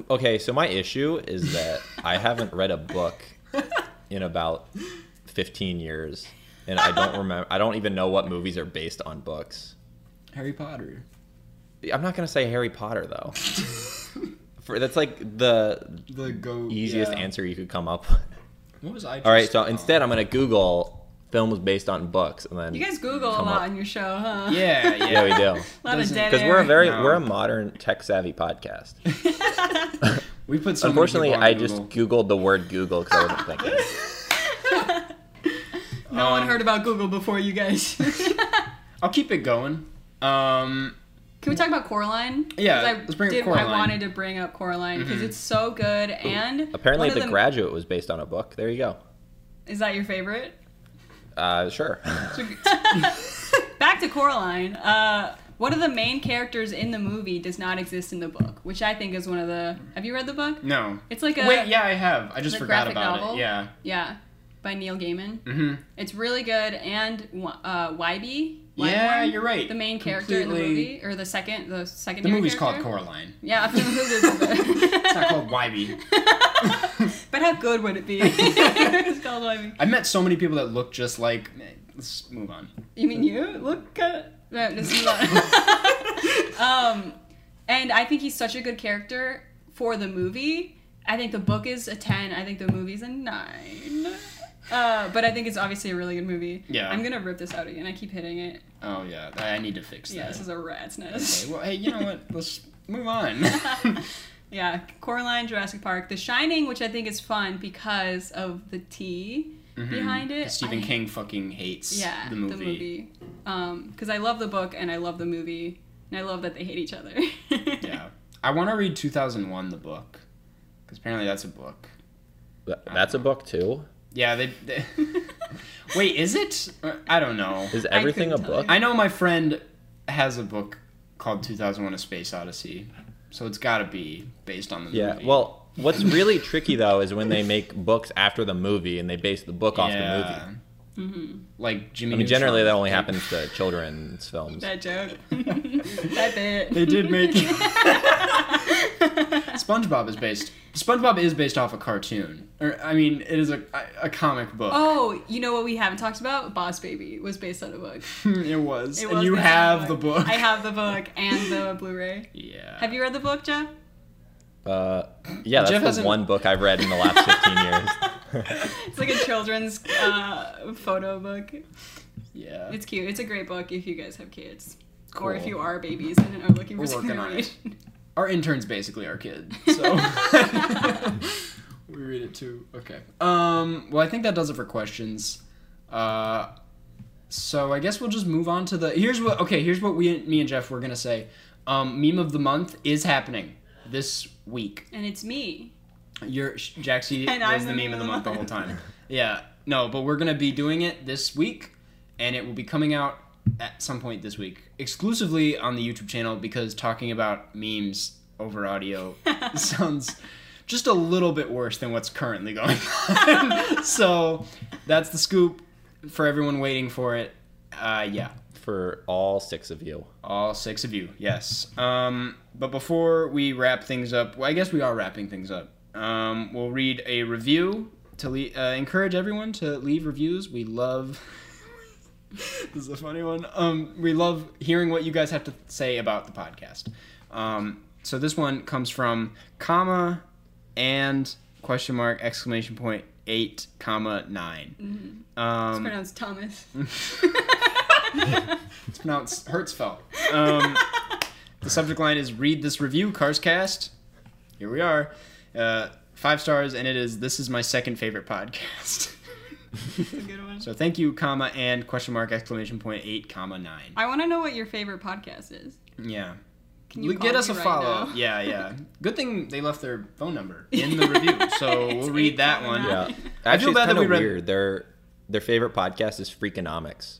S2: Okay, so my issue is that I haven't read a book in about 15 years, and I don't remember. I don't even know what movies are based on books.
S1: Harry Potter.
S2: I'm not gonna say Harry Potter though. For, that's like the
S1: The go
S2: easiest
S1: yeah.
S2: answer you could come up. with.
S1: What was I?
S2: All right,
S1: just-
S2: so instead I'm gonna Google films based on books, and then
S3: You guys Google a
S2: Come
S3: lot
S2: up.
S3: on your show, huh?
S2: *laughs*
S1: Yeah, yeah.
S2: yeah, we do
S3: A lot of
S1: Doesn't-
S3: dead
S2: because we're a
S3: air.
S2: very
S1: No.
S2: we're a modern tech savvy podcast.
S1: We put. So many
S2: Unfortunately,
S1: people on
S2: I just
S1: Google.
S2: googled the word Google because I wasn't thinking.
S3: *laughs* *laughs* No
S1: Um,
S3: one heard about Google before you guys. *laughs*
S1: I'll keep it going. Um,
S3: Can we talk about Coraline? 'Cause
S1: Yeah,
S3: I
S1: let's bring up
S3: did,
S1: Coraline. Mm-hmm.
S3: I wanted to bring up Coraline because it's so good and
S2: Apparently,
S3: one of
S2: The
S3: them-
S2: Graduate was based on a book. There you go.
S3: Is that your favorite?
S2: Uh, sure. *laughs*
S3: *laughs* Back to Coraline. Uh, one of the main characters in the movie does not exist in the book, which I think is one of the. Have you read the book?
S1: no.
S3: It's like a
S1: Wait, yeah, I have. I just
S3: the
S1: forgot
S3: graphic
S1: about
S3: novel?
S1: it. Yeah.
S3: yeah, by Neil Gaiman.
S1: Mhm.
S3: It's really good and uh, YB.
S1: Yeah,
S3: Wyborn,
S1: you're right.
S3: The main character in the
S1: Completely-
S3: movie, or the second, the second.
S1: The movie's called Coraline.
S3: *laughs* Yeah, the movie's
S1: *laughs* It's not called Wybie.
S3: *laughs* But how good would it be? *laughs* it's called YB.
S1: I met so many people that look just like. eh, Let's move on.
S3: You mean you? Look at. No, this is *laughs* not- um, and I think he's such a good character for the movie. I think the book is a 10. I think the movie's a 9. Uh, but I think it's obviously a really good movie.
S1: Yeah.
S3: I'm going to rip this out again. I keep hitting it.
S1: Oh yeah, I I need to fix that.
S3: Yeah, this is a rat's
S1: Okay,
S3: nest.
S1: well, hey, you know *laughs* what? Let's move on.
S3: *laughs* yeah, Coraline, Jurassic Park, The Shining, which I think is fun because of the tea behind
S1: *laughs*
S3: it.
S1: Stephen
S3: I-
S1: King fucking hates
S3: Yeah,
S1: the movie.
S3: Because I love the book and I love the movie, and I love that they hate each other. *laughs*
S1: *laughs* Yeah, I want to read 2001 the book because apparently that's a book.
S2: Th- That's a book too.
S1: Yeah, they. *laughs* they Wait, is it? Uh, I don't know.
S2: Is
S3: I
S2: everything a
S3: couldn't tell
S2: book?
S1: I know my friend has a book called 2001: A Space Odyssey, so it's got to be based on the
S2: Yeah.
S1: movie.
S2: Well, what's really tricky though is when they make books after the movie and they base the book off the
S1: Yeah.
S2: movie.
S1: Mm-hmm. Like Jimmy.
S2: I mean, generally that
S1: Neutron.
S2: only happens to children's films.
S3: that
S1: *laughs*
S3: joke. that bit.
S1: They did
S3: *laughs*
S1: make. SpongeBob is based. SpongeBob is based off a cartoon, or I mean, it is a a comic book.
S3: Oh, you know what we haven't talked about? Boss Baby was based on a book.
S1: *laughs* it was,
S3: It
S1: and
S3: was
S1: you
S3: based on a
S1: have the book.
S3: I have the book
S1: *laughs*
S3: and the Blu-ray.
S1: Yeah.
S3: Have you read the book, Jeff?
S2: Uh, yeah, that's
S1: Jeff
S2: the
S1: hasn't-
S2: one book I've read in the last 15
S3: *laughs*
S2: years.
S3: It's like a children's uh, photo book.
S1: yeah.
S3: It's cute. It's a great book if you guys have kids, or if
S1: Cool.
S3: you are babies and are looking for
S1: We're
S3: something
S1: working
S3: to
S1: on
S3: read.
S1: it. Our intern's basically our
S3: *laughs*
S1: kid, so we read it too. Okay. Um. Well, I think that does it for questions. Uh. So I guess we'll just move on to the. Here's what. Okay. Here's what we, me and Jeff, were gonna say. Um, meme of the month is happening this week.
S3: And it's me.
S1: Your sh- Jaxie
S3: And
S1: was
S3: I'm
S1: the meme of the month the whole time. yeah. No, but we're gonna be doing it this week, and it will be coming out at some point this week, exclusively on the YouTube channel because talking about memes over audio sounds just a little bit worse than what's currently going on. *laughs* so that's the scoop for everyone waiting for it. Uh, yeah
S2: For all six of you.
S1: all six of you yes um, but before we wrap things up well, i guess we are wrapping things up um, we'll read a review to le- uh, encourage everyone to leave reviews we love *laughs* this is a funny one um, we love hearing what you guys have to say about the podcast um, so this one comes from comma and question mark exclamation point eight comma 9
S3: It's
S1: um,
S3: pronounced Thomas.
S1: it's pronounced Hertzfeld. *laughs* Um, the subject line is "Read this review, Carscast." Here we are, uh, five stars, and it is "This is my second favorite podcast." *laughs*
S3: It's a good one.
S1: so thank you, comma and question mark exclamation point eight comma nine.
S3: I want to know what your favorite podcast is.
S1: Yeah,
S3: Can you
S1: get
S3: call
S1: us a
S3: me right
S1: follow.
S3: now?
S1: *laughs* Yeah, yeah. Good thing they left their phone
S3: *laughs*
S1: number in the review, so
S3: It's
S1: we'll read that
S3: 8.9.
S1: one.
S2: *laughs* Yeah.
S3: I
S2: Actually,
S1: feel bad
S2: it's
S1: that
S2: kind
S1: we
S2: of
S1: read-
S2: weird. Their their favorite podcast is Freakonomics.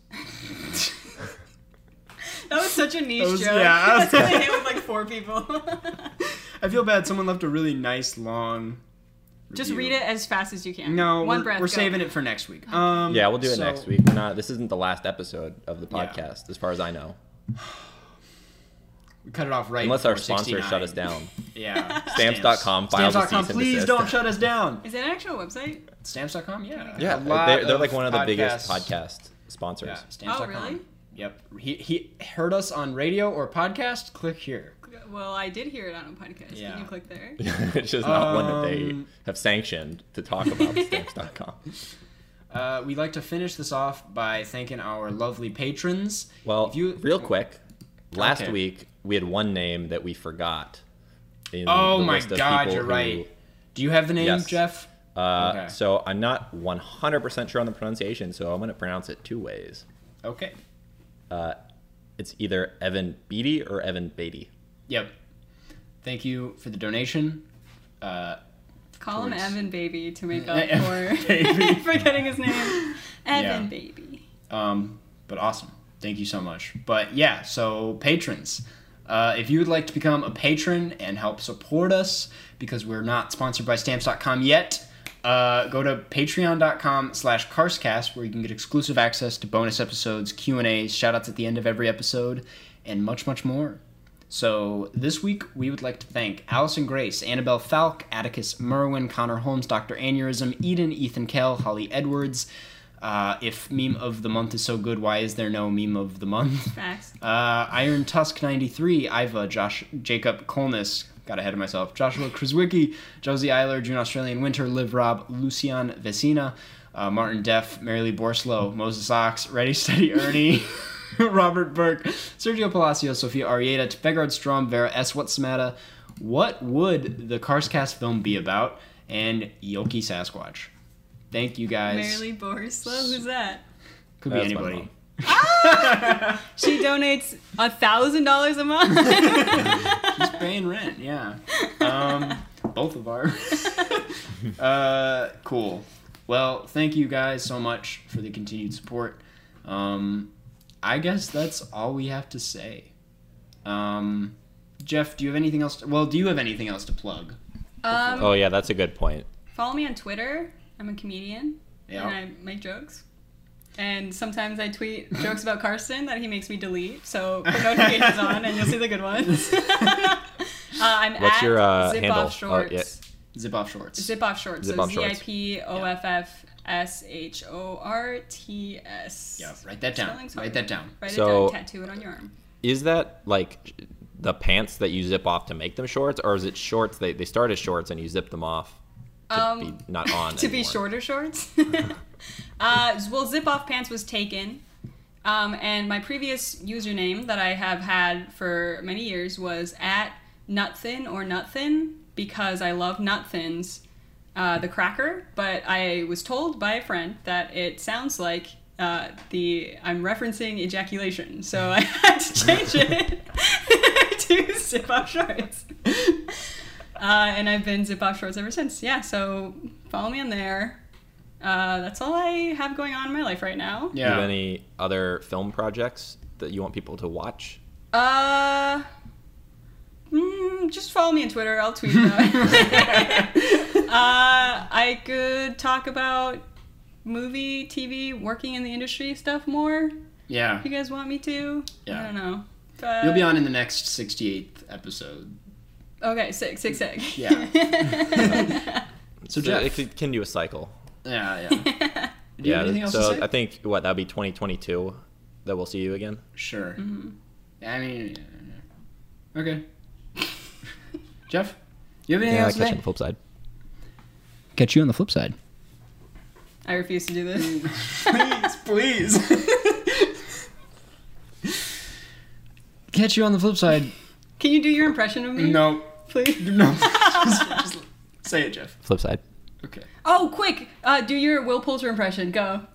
S3: That was such a niche
S1: That was-
S3: joke.
S1: yeah, I was-
S3: That's gonna hit with
S1: *laughs*
S3: like four people. *laughs*
S1: I feel bad. Someone left a really nice long.
S3: Just
S1: review.
S3: read it as fast as you can.
S1: No,
S3: one
S1: we're,
S3: breath.
S1: we're
S3: go.
S1: saving it for next week. Um,
S2: Yeah, we'll do it
S1: so-
S2: next week. We're not. This isn't the last episode of the
S1: Yeah.
S2: podcast, as far as I know,
S1: We cut it off right.
S2: unless our
S1: before
S2: sponsors shut us
S1: 69.
S2: down.
S1: *laughs* Yeah.
S2: Stamps.com files a
S1: Stamps.com,
S2: cease and
S1: please
S2: desist.
S1: don't shut us down.
S3: Is it an actual website?
S1: Stamps.com, yeah.
S2: *laughs* Yeah,
S1: A lot
S2: they're, they're like one of the
S1: podcasts-
S2: biggest podcast sponsors.
S1: Yeah, Stamps.com.
S3: Oh, really?
S1: Yep. He, he heard us on radio or podcast. Click here.
S3: Well, I did hear it on a podcast.
S1: Yeah.
S3: Can you click there?
S2: *laughs* it's just not one that they
S1: Um,
S2: have sanctioned to talk about
S1: *laughs*
S2: stamps.com.
S1: Uh, we like to finish this off by thanking our lovely patrons.
S2: Well,
S1: If you-
S2: real quick, last
S1: Okay.
S2: week we had one name that we forgot. in
S1: Oh
S2: the
S1: my
S2: list of
S1: God,
S2: people
S1: you're
S2: who-
S1: right. Do you have the name,
S2: Yes.
S1: Jeff?
S2: Uh,
S1: Okay.
S2: So I'm not 100% sure on the pronunciation, so I'm going to pronounce it two ways.
S1: Okay.
S2: It's either Evan Beatty or Evan Beatty.
S1: Yep. Thank you for the donation. Uh,
S3: Call him
S1: Towards-
S3: Evan Baby to make up
S1: *laughs* Evan
S3: for
S1: Baby.
S3: *laughs* forgetting
S1: *laughs*
S3: his name.
S1: Yeah.
S3: Evan Baby.
S1: um, but awesome. Thank you so much. But yeah, so patrons. Uh, if you would like to become a patron and help support us, because we're not sponsored by stamps.com yet, uh, go to patreon.com slash carscast where you can get exclusive access to bonus episodes, Q&As, shoutouts at the end of every episode, and much, much more. So this week we would like to thank Allison Grace, Annabelle Falk, Atticus Merwin, Connor Holmes, Dr. Aneurysm, Eden, Ethan Kell, Holly Edwards. Uh, if meme of the month is so good, why is there no meme of the month?
S3: Facts.
S1: Uh, Iron Tusk 93, Iva, Josh, Jacob Colness, got ahead of myself, Joshua Kraswicki, Josie Eiler, June Australian Winter, Liv Rob, Lucian Vecina, uh, Martin Deff, Marilee Borslow, Moses Ox, Ready Steady Ernie, *laughs* Robert Burke, Sergio Palacio, Sofia Arrieta, Begard Strom, Vera S. Whatsmata. What would the Carscast film be about? And Yoki Sasquatch. Thank you guys.
S3: Marilee Borislow, who's that?
S1: Could be
S2: That's my
S1: anybody. *laughs*
S2: mom.
S3: She donates a thousand dollars a month.
S1: She's paying rent, yeah. Um, both of our. uh, cool. Well, thank you guys so much for the continued support. Um, I guess that's all we have to say. Um, Jeff, do you have anything else? To, well, do you have anything else to plug?
S3: um,
S2: Oh, yeah, that's a good point.
S3: follow me on Twitter. I'm a comedian
S1: Yeah.
S3: and I make jokes. And sometimes I tweet jokes about Carson that he makes me delete. So put notifications on and you'll see the
S1: *laughs*
S3: good ones. uh, I'm
S2: What's
S3: at
S2: your, uh,
S3: Zip
S2: handle?
S3: Off Shorts.
S2: Oh, yeah.
S1: Zip off shorts.
S3: Zip off shorts.
S2: Zip
S3: so
S2: off
S3: Z I
S2: shorts.
S3: P O F F S H O R T S.
S1: yeah, write that down.
S3: Spelling's hard.
S1: Write that down.
S3: Write
S2: So-
S3: it down. Tattoo it on your arm.
S2: Is that like the pants that you zip off to make them shorts, or is it shorts? They, they start as shorts and you zip them off to
S3: Um,
S2: be not
S1: *laughs*
S2: on.
S3: *laughs* to be
S2: anymore? *laughs*
S3: shorter shorts. uh, well, zip off pants was taken, um, and my previous username that I have had for many years was at nuthin or nuthin because I love nuthins, uh, the cracker. But I was told by a friend that it sounds like. Uh, the I'm referencing ejaculation, so I *laughs* had to change it *laughs* to zip off shorts. *laughs* Uh, and I've been Zip Off Shorts ever since. Yeah, so follow me on there. Uh, that's all I have going on in my life right now.
S2: Do you have
S1: Yeah.
S2: any other film projects that you want people to watch?
S3: Uh, mm, just follow me on Twitter. I'll tweet about
S1: *laughs*
S3: it. uh, I could talk about movie, TV, working in the industry stuff more if
S1: yeah.
S3: you guys want me to. I
S1: Yeah.
S3: don't know. But,
S1: You'll be on in the next 68th episode.
S3: Okay, sick, sick, sick.
S1: Yeah. So, Jeff.
S2: it c- can do a cycle. *laughs*
S1: Yeah, yeah. Do you have anything else
S2: so
S1: to say?
S2: I think what that'd be 2022 that we'll see you again.
S1: Sure. I mean, yeah. okay. Jeff, you have anything else to
S2: catch you on
S1: say?
S2: the flip side.
S1: Catch you on the flip side.
S3: *laughs* I refuse to do this. *laughs*
S1: please, please. Catch you on the flip side.
S3: Can you do your impression of
S1: *laughs*
S3: me?
S1: No,
S3: Please.
S1: no. just, *laughs* just say it, Jeff.
S2: Flip side.
S1: Okay.
S3: Oh, quick! Uh, do your Will Poulter impression. Go.